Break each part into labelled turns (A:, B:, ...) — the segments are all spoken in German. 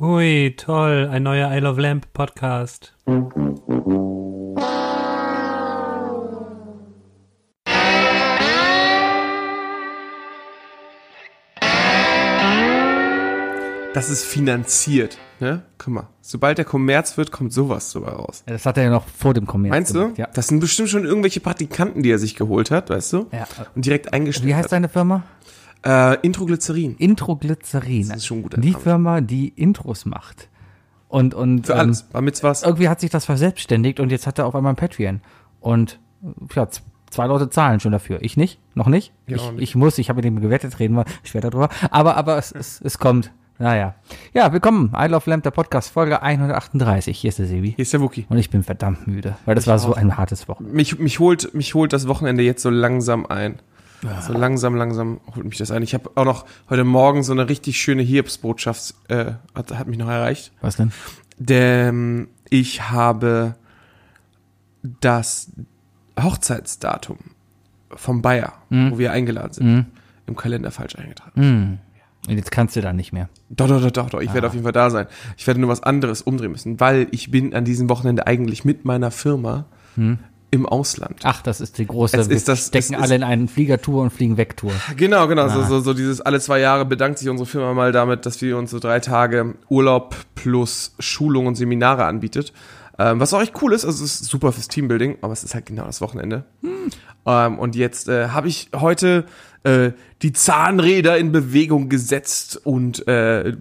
A: Ui, toll, ein neuer I Love Lamp Podcast.
B: Das ist finanziert, ne? Guck mal, sobald der Kommerz wird, kommt sowas sogar raus.
C: Ja, Das hat er ja noch vor dem Kommerz
B: Meinst du?
C: gemacht, Ja.
B: Das sind bestimmt schon irgendwelche Praktikanten, die er sich geholt hat, weißt du?
C: Ja.
B: Und direkt eingestellt
C: Wie heißt deine Firma?
B: hat. Äh, Introglycerin.
C: Introglycerin.
B: Das ist schon ein guter
C: Die
B: Name.
C: Firma, die Intros macht. Und, und ähm,
B: Für alles. Damit's was.
C: irgendwie hat sich das verselbstständigt und jetzt hat er auf einmal ein Patreon. Und ja, z- zwei Leute zahlen schon dafür. Ich nicht, noch nicht. ich,
B: auch nicht.
C: ich muss, ich habe mit dem gewettet, reden wir schwer darüber. Aber, aber es, es, es kommt. Naja. Ja, willkommen. I Love Lamp, der Podcast, Folge 138. Hier ist der Sebi.
B: Hier ist der Wookie.
C: Und ich bin verdammt müde, weil das war so ein hartes Wochenende.
B: Mich, mich, holt, mich holt das Wochenende jetzt so langsam ein. So langsam, langsam holt mich das ein. Ich habe auch noch heute Morgen so eine richtig schöne Hiobsbotschaft, äh, hat, hat mich noch erreicht.
C: Was denn?
B: Denn ich habe das Hochzeitsdatum vom Bayer, wo wir eingeladen sind, im Kalender falsch eingetragen.
C: Hm. Und jetzt kannst du da nicht mehr.
B: Doch, doch, doch, doch, doch. Ich werde auf jeden Fall da sein. Ich werde nur was anderes umdrehen müssen, weil ich bin an diesem Wochenende eigentlich mit meiner Firma im Ausland.
C: Ach, das ist die große.
B: Es ist
C: wir
B: das-
C: stecken
B: es ist-
C: alle in einen Fliegertour und fliegen weg Tour.
B: Genau, genau. So, so, so dieses alle zwei Jahre bedankt sich unsere Firma mal damit, dass wir uns so drei Tage Urlaub plus Schulung und Seminare anbietet. Ähm, was auch echt cool ist, also es ist super fürs Teambuilding, aber es ist halt genau das Wochenende. Ähm, und jetzt äh, habe ich heute äh, die Zahnräder in Bewegung gesetzt und äh, äh,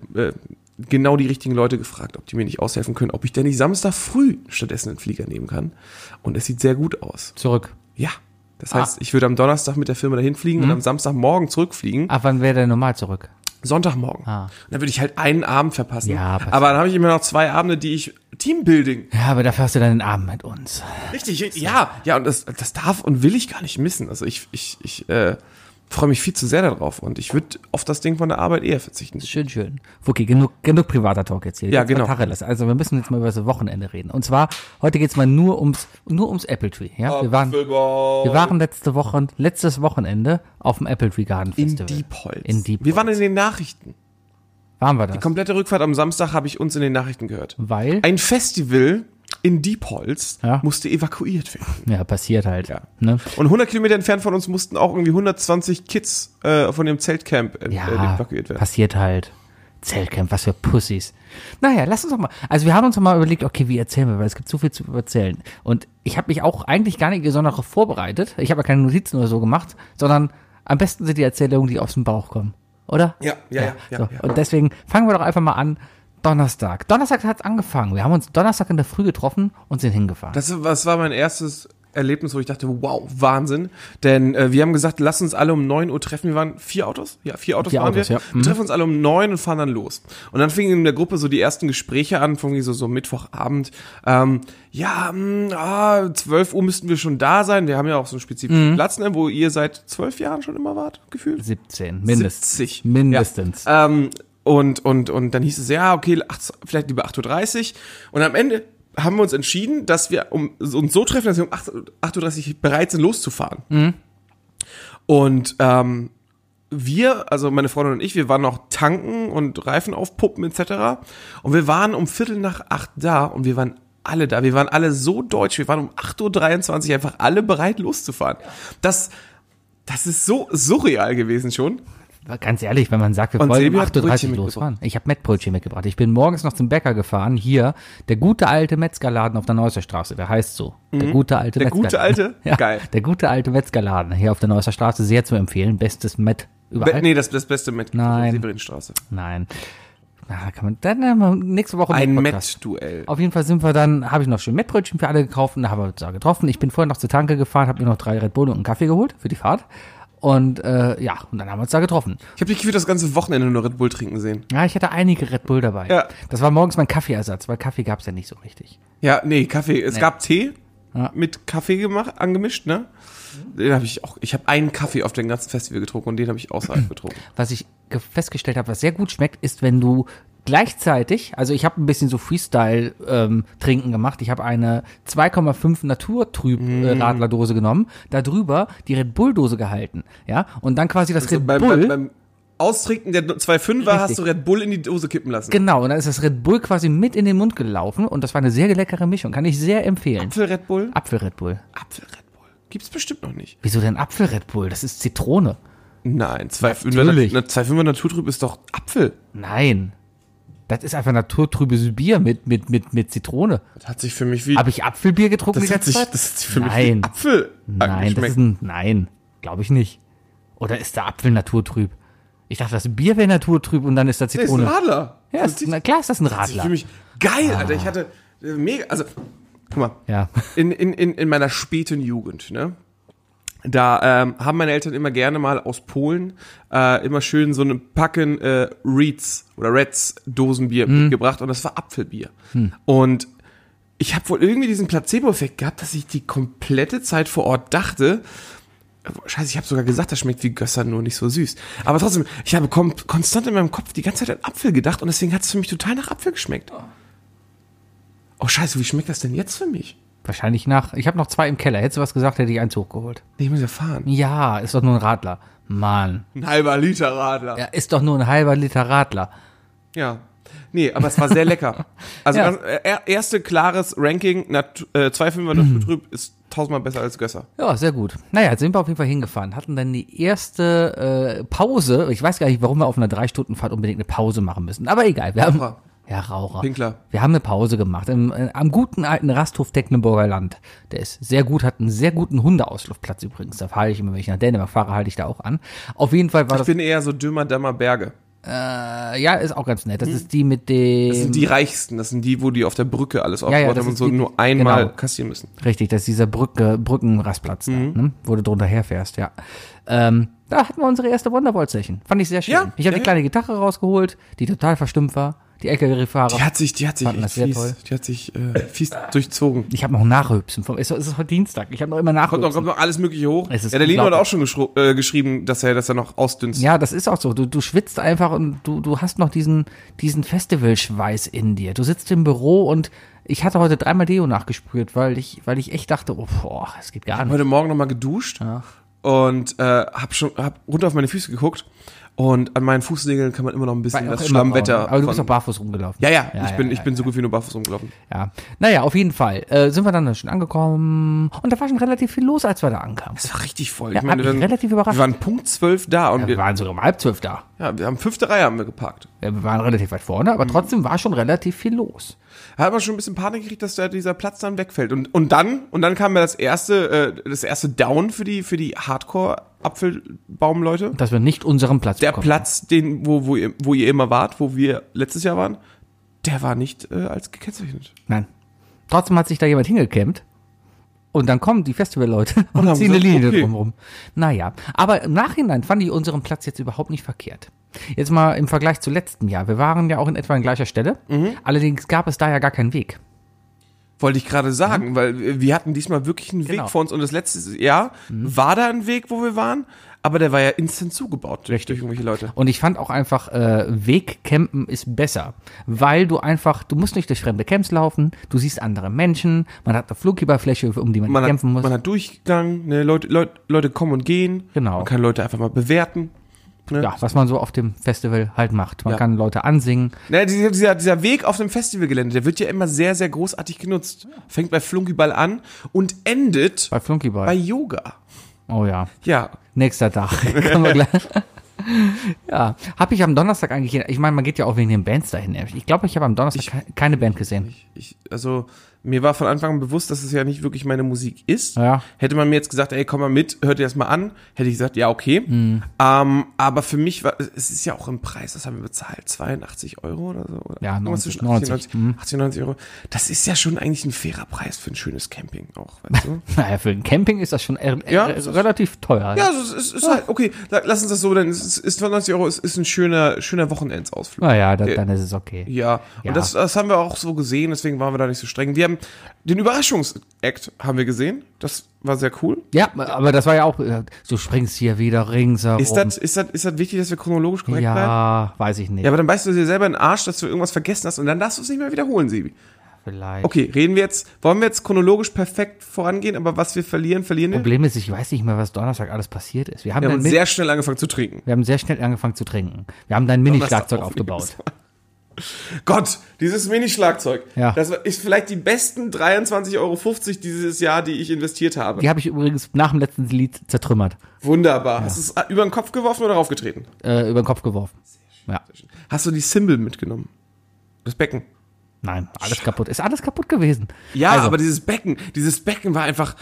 B: genau die richtigen Leute gefragt, ob die mir nicht aushelfen können, ob ich denn nicht Samstag früh stattdessen einen Flieger nehmen kann. Und es sieht sehr gut aus.
C: Zurück.
B: Ja. Das
C: Ah.
B: heißt, ich würde am Donnerstag mit der Firma dahin fliegen und am Samstagmorgen zurückfliegen.
C: Mhm. Ah, wann wäre der normal zurück?
B: Sonntagmorgen.
C: Ah.
B: Und dann würde ich halt einen Abend verpassen.
C: Ja, pass-
B: aber dann habe ich immer noch zwei Abende, die ich Teambuilding.
C: Ja, aber dafür hast du deinen Abend mit uns.
B: Richtig, ja, ja, und das, das darf und will ich gar nicht missen. Also ich, ich, ich äh, freue mich viel zu sehr darauf und ich würde auf das Ding von der Arbeit eher verzichten.
C: Schön, schön. Wookie, genug, genug privater Talk jetzt hier.
B: Ja,
C: Jetzt mal
B: genau.
C: Tacheles. Also wir müssen jetzt mal über das Wochenende reden. Und zwar, heute geht's mal nur ums, nur ums Apple Tree. Ja, wir waren, wir
B: Wir
C: waren letzte Woche, letztes Wochenende auf dem Apple Tree Garden
B: in
C: Festival.
B: Diepholz.
C: In Diepholz.
B: Wir waren in den Nachrichten.
C: waren wir das?
B: Komplette Rückfahrt am Samstag habe ich uns in den Nachrichten gehört.
C: Weil,
B: Ein Festival in Diepholz
C: Ja.
B: musste evakuiert werden.
C: ja, passiert halt. Ja. Ne?
B: Und 100 Kilometer entfernt von uns mussten auch irgendwie 120 Kids äh, von dem Zeltcamp äh, äh,
C: Ja,
B: evakuiert werden.
C: passiert halt. Zeltcamp, was für Pussys. Naja, lass uns doch mal. Also wir haben uns doch mal überlegt, okay, wie erzählen wir, weil es gibt so viel zu erzählen. Und ich habe mich auch eigentlich gar nicht besonders vorbereitet. Ich habe ja keine Notizen oder so gemacht, sondern am besten sind die Erzählungen, die aus dem Bauch kommen. Oder?
B: Ja, ja, ja, ja,
C: so.
B: ja.
C: Und deswegen fangen wir doch einfach mal an. Donnerstag. Donnerstag hat's angefangen. Wir haben uns Donnerstag in der Früh getroffen und sind hingefahren.
B: Das, das war mein erstes Erlebnis, wo ich dachte, wow, Wahnsinn. Denn äh, wir haben gesagt, lass uns alle um 9 Uhr treffen. Wir waren vier Autos? Ja, vier Autos
C: Vier
B: waren
C: Autos,
B: wir.
C: ja.
B: Wir
C: Mhm.
B: treffen uns alle um 9 und fahren dann los. Und dann fingen in der Gruppe so die ersten Gespräche an, von so, so Mittwochabend. Ähm, ja, mh, ah, 12 Uhr müssten wir schon da sein. Wir haben ja auch so einen
C: Mhm.
B: spezifischen Platz, ne, wo ihr seit zwölf Jahren schon immer wart, gefühlt.
C: 17, mindestens.
B: 70.
C: Mindestens.
B: Ja. Ähm, und, und, und dann hieß es, ja, okay, acht, vielleicht lieber 8.30 Uhr. Und am Ende haben wir uns entschieden, dass wir um, uns so treffen, dass wir um 8 Uhr- 8.30 Uhr bereit sind, loszufahren.
C: Mhm.
B: Und ähm, wir, also meine Freundin und ich, wir waren noch tanken und Reifen aufpuppen etc. Und wir waren um Viertel nach acht da und wir waren alle da. Wir waren alle so deutsch. Wir waren um 8.23 Uhr einfach alle bereit, loszufahren. Das, das ist so surreal gewesen schon.
C: Ganz ehrlich, wenn man sagt, wir
B: Und
C: wollen
B: Sebi
C: um
B: hat
C: 8.30
B: Brötchen
C: Uhr losfahren. Ich habe Mettbrötchen mitgebracht. Ich bin morgens noch zum Bäcker gefahren. Hier, der gute alte Metzgerladen auf der Neusser Straße. Der heißt so. Der gute alte
B: Mhm. Der gute alte?
C: ja,
B: Geil.
C: Der gute alte Metzgerladen hier auf der Neusser Straße. Sehr zu empfehlen. Bestes Met überall.
B: Be nee, das, das beste Met gibt es auf
C: Nein. Oh,
B: der Severinstraße.
C: Nein. Na, da kann man, dann haben wir nächste Woche
B: Ein
C: Met-Podcast.
B: Met-Duell.
C: Auf jeden Fall sind wir dann, habe ich noch schön Mettbrötchen für alle gekauft und da haben wir uns da getroffen. Ich bin vorher noch zur Tanke gefahren, habe mir noch drei Red Bull und einen Kaffee geholt für die Fahrt. Und äh, ja, und dann haben wir uns da getroffen.
B: Ich habe dich gefühlt das ganze Wochenende nur Red Bull trinken sehen.
C: Ja, ich hatte einige Red Bull dabei.
B: Ja.
C: Das war morgens mein Kaffeeersatz, weil Kaffee gab's ja nicht so richtig.
B: Ja, nee, Kaffee. Es
C: Nee.
B: gab Tee
C: Ja.
B: mit Kaffee gemacht, angemischt, ne? Den habe ich auch. Ich habe einen Kaffee auf dem ganzen Festival getrunken und den habe ich außerhalb getrunken.
C: Was ich ge- festgestellt habe, was sehr gut schmeckt, ist, wenn du gleichzeitig, also ich habe ein bisschen so Freestyle-Trinken gemacht. Ich habe eine 2,5 äh,
B: Mhm.
C: Naturtrüb-Radlerdose genommen, darüber die Red Bull-Dose gehalten, ja, und dann quasi das Red
B: Also beim,
C: Bull.
B: beim, beim, Austrinken der 2,5er hast
C: Richtig.
B: du Red Bull in die Dose kippen lassen.
C: Genau, und dann ist das Red Bull quasi mit in den Mund gelaufen und das war eine sehr leckere Mischung, kann ich sehr empfehlen.
B: Apfel Red Bull?
C: Apfel Red Bull.
B: Apfel Red Bull. Gibt's bestimmt noch nicht.
C: Wieso denn Apfel Red Bull? Das ist Zitrone.
B: Nein, 2,5er
C: Natürlich.
B: Na- 2,5er Naturtrüb ist doch Apfel.
C: Nein. Das ist einfach naturtrübes Bier mit, mit, mit, mit Zitrone.
B: Das hat sich für mich wie
C: Habe ich Apfelbier getrunken
B: das
C: die
B: hat
C: ganze
B: sich,
C: Zeit?
B: das hat sich für mich
C: Nein.
B: wie Apfel
C: Nein, das ist
B: angeschmeckt.
C: ein, nein, glaube ich nicht. Oder ist der Apfel naturtrüb? Ich dachte, das Bier wäre naturtrüb und dann ist da
B: Nee, ist
C: Zitrone.
B: ein Radler.
C: ja,
B: das
C: ist, na klar ist das ein Ah.
B: hat sich
C: Radler.
B: für mich geil, Alter. Ich hatte äh, mega, also guck mal.
C: ja.
B: in, in, in, in meiner späten Jugend, ne? Da ähm, haben meine Eltern immer gerne mal aus Polen äh, immer schön so einen Packen äh, Reeds oder Reds Dosenbier mitgebracht und das war Apfelbier. Und ich habe wohl irgendwie diesen Placebo-Effekt gehabt, dass ich die komplette Zeit vor Ort dachte, Scheiße, ich habe sogar gesagt, das schmeckt wie Gössern, nur nicht so süß. Aber trotzdem, ich habe kom konstant in meinem Kopf die ganze Zeit an Apfel gedacht und deswegen hat es für mich total nach Apfel geschmeckt. Oh Scheiße, wie schmeckt das denn jetzt für mich?
C: Wahrscheinlich nach. Ich habe noch zwei im Keller. Hättest du was gesagt, hätte ich eins hochgeholt.
B: Nee, ich muss ja fahren.
C: Ja, ist doch nur ein Radler. Mann.
B: Ein halber Liter Radler. Ja.
C: Ja, ist doch nur ein halber Liter Radler.
B: Nee, aber es war sehr lecker. Also
C: Ja.
B: ganz, äh, er- erste klares Ranking, Nat äh, 2,5er
C: Mhm.
B: Naturtrüb ist tausendmal besser als Gösser.
C: Ja, sehr gut. Naja, jetzt sind wir auf jeden Fall hingefahren. Hatten dann die erste äh, Pause. Ich weiß gar nicht, warum wir auf einer Drei-Stunden-Fahrt unbedingt eine Pause machen müssen. Aber egal. Wir haben,
B: Raucher.
C: ja, Raucher.
B: Pinkler.
C: Wir haben eine Pause gemacht. Im, äh, am guten alten Rasthof Tecklenburger Land. Der ist sehr gut, hat einen sehr guten Hundeauslaufplatz übrigens. Da fahre ich immer, wenn ich nach Dänemark fahre, halte ich da auch an. Auf jeden Fall war
B: Ich
C: das,
B: bin eher so dümmer, dammer Berge.
C: äh, ja, ist auch ganz nett. Das ist die mit dem...
B: Hm. Das sind die reichsten, das sind die, wo die auf der Brücke alles aufgebaut
C: Ähm. ja, das
B: haben und
C: ist
B: so
C: die-
B: nur einmal
C: genau.
B: kassieren müssen.
C: Richtig, das ist dieser Brücke, Brückenrastplatz,
B: Mhm.
C: da, ne? wo du drunter herfährst, ja. Ähm, da hatten wir unsere erste Wonderwall-Session. Fand ich sehr schön.
B: Ja,
C: ich habe
B: ja,
C: die kleine Gitarre rausgeholt, die total verstimmt war. Die LKW-Fahrer.
B: Die hat sich, die hat sich
C: Fanden
B: echt
C: das sehr
B: fies,
C: toll.
B: die hat sich äh, fies durchzogen.
C: Ich habe noch Nachrübsen. Vom, es, es ist heute Dienstag. Ich habe noch immer
B: Kommt noch,
C: Nachrübsen.
B: kommt noch alles mögliche hoch.
C: Es ist
B: ja, der Lino hat
C: unglaublich.
B: auch schon geschro- äh, geschrieben, dass er, dass er noch ausdünstet.
C: Ja, das ist auch so. Du, du schwitzt einfach und du, du hast noch diesen, diesen Festivalschweiß in dir. Du sitzt im Büro und ich hatte heute dreimal Deo nachgespürt, weil ich, weil ich echt dachte, oh, boah, es geht gar
B: hab
C: nicht.
B: heute Morgen nochmal geduscht und äh, hab schon hab runter auf meine Füße geguckt und an meinen Fußnägeln kann man immer noch ein bisschen
C: War auch
B: das
C: immer braun. ne?
B: Schlammwetter.
C: Aber du bist doch
B: von,
C: barfuß rumgelaufen.
B: ja, ja, ich bin,
C: ja,
B: ich bin so gut wie nur barfuß rumgelaufen.
C: Ja, naja, auf jeden Fall äh, sind wir dann schon angekommen und da war schon relativ viel los, als wir da ankamen.
B: Das war richtig voll.
C: Ja, hat mich relativ überrascht.
B: Wir waren Punkt 12 da und
C: Wir
B: wir,
C: waren sogar um halb zwölf da.
B: ja, wir haben fünfte Reihe haben wir geparkt.
C: Ja, Wir waren relativ weit vorne,
B: Mhm.
C: aber trotzdem war schon relativ viel los.
B: Da hat man schon ein bisschen Panik gekriegt, dass da dieser Platz dann wegfällt. Und, und dann, und dann kam ja das erste, äh, das erste Down für die, für die Hardcore-Apfelbaum-Leute.
C: Dass wir nicht unseren Platz
B: Der
C: bekommen.
B: Platz, den, wo, wo, ihr, wo ihr immer wart, wo wir letztes Jahr waren, der war nicht äh, als gekennzeichnet.
C: Nein. Trotzdem hat sich da jemand hingekämmt. Und dann kommen die Festivalleute und,
B: haben
C: ziehen eine
B: gesagt,
C: Linie
B: okay.
C: drumherum. Naja, aber im Nachhinein fand ich unseren Platz jetzt überhaupt nicht verkehrt. Jetzt mal im Vergleich zu letztem Jahr. Wir waren ja auch in etwa an gleicher Stelle.
B: Mhm.
C: Allerdings gab es da ja gar keinen Weg.
B: Wollte ich gerade sagen, weil wir hatten diesmal wirklich einen
C: Mhm. Genau. Mhm.
B: Weg vor uns und das letzte Jahr war da ein Weg, wo wir waren, aber der war ja instant zugebaut durch, durch irgendwelche Leute.
C: Und ich fand auch einfach, äh, Wegcampen ist besser, weil du einfach, du musst nicht durch fremde Camps laufen, du siehst andere Menschen, man hat eine Fluggeberfläche, um die man,
B: Man hat,
C: kämpfen muss.
B: man hat Durchgang, ne, Leute, Leute, Leute kommen und gehen.
C: Genau.
B: Man kann Leute einfach mal bewerten. Ne?
C: ja, was man so auf dem Festival halt macht. Man
B: Ja.
C: kann Leute ansingen.
B: Ne, dieser, dieser, dieser Weg auf dem Festivalgelände, der wird ja immer sehr, sehr großartig genutzt. Fängt bei Flunkyball an und endet
C: Bei
B: bei
C: Flunkyball.
B: Yoga.
C: Oh ja.
B: Ja,
C: Nächster Tag. Können wir gleich. ja. Habe ich am Donnerstag eigentlich, ich meine, man geht ja auch wegen den Bands dahin. Ich glaube, ich habe am Donnerstag ke- keine Band gesehen.
B: ich, also mir war von Anfang an bewusst, dass es ja nicht wirklich meine Musik ist.
C: Ja.
B: Hätte man mir jetzt gesagt, ey, komm mal mit, hört dir das mal an, hätte ich gesagt, ja, okay.
C: Hm.
B: Ähm, aber für mich war, es ist ja auch im Preis, was haben wir bezahlt? 82 Euro oder so? Oder
C: Ja, hm.
B: Irgendwas
C: 90,
B: zwischen 80,
C: 90,
B: 90, 80, 90 Euro. Das ist ja schon eigentlich ein fairer Preis für ein schönes Camping auch, weißt du?
C: Naja, für ein Camping ist das schon er,
B: Ja,
C: er,
B: das ist-
C: relativ teuer.
B: ja, also es ist, ist halt, okay, la- lass uns das so, denn es ist, ist 90 Euro, es ist ein schöner, schöner Wochenendsausflug.
C: Naja, dann, dann ist es okay.
B: Ja,
C: Ja.
B: und das, das haben wir auch so gesehen, deswegen waren wir da nicht so streng. Wir haben den Überraschungsakt haben wir gesehen. Das war sehr cool.
C: Ja, aber das war ja auch, äh, du springst hier wieder ringsherum.
B: Ist das, ist das, ist das wichtig, dass wir chronologisch korrekt bleiben?
C: Ja, weiß ich nicht.
B: Ja, aber dann beißt du dir selber in den Arsch, dass du irgendwas vergessen hast und dann darfst du es nicht mehr wiederholen, Sebi.
C: vielleicht.
B: Okay, reden wir jetzt, wollen wir jetzt chronologisch perfekt vorangehen, aber was wir verlieren, verlieren wir.
C: Problem ist, ich weiß nicht mehr, was Donnerstag alles passiert ist. Wir haben,
B: Wir haben
C: dann mit,
B: sehr schnell angefangen zu trinken.
C: wir haben sehr schnell angefangen zu trinken. Wir haben dann ein Mini-Schlagzeug
B: Donnerstag
C: aufgebaut.
B: Gott, dieses Mini-Schlagzeug.
C: Ja.
B: Das war- ist vielleicht die besten 23,50 Euro dieses Jahr, die ich investiert habe.
C: Die habe ich übrigens nach dem letzten Lied zertrümmert,
B: Wunderbar. Hast du es äh, über den Kopf geworfen oder raufgetreten?
C: äh, über den Kopf geworfen. Ja,
B: Hast du die Symbol mitgenommen? Das Becken.
C: nein, alles kaputt. Ist alles kaputt gewesen.
B: Ja,
C: Also,
B: aber dieses Becken, dieses Becken war einfach,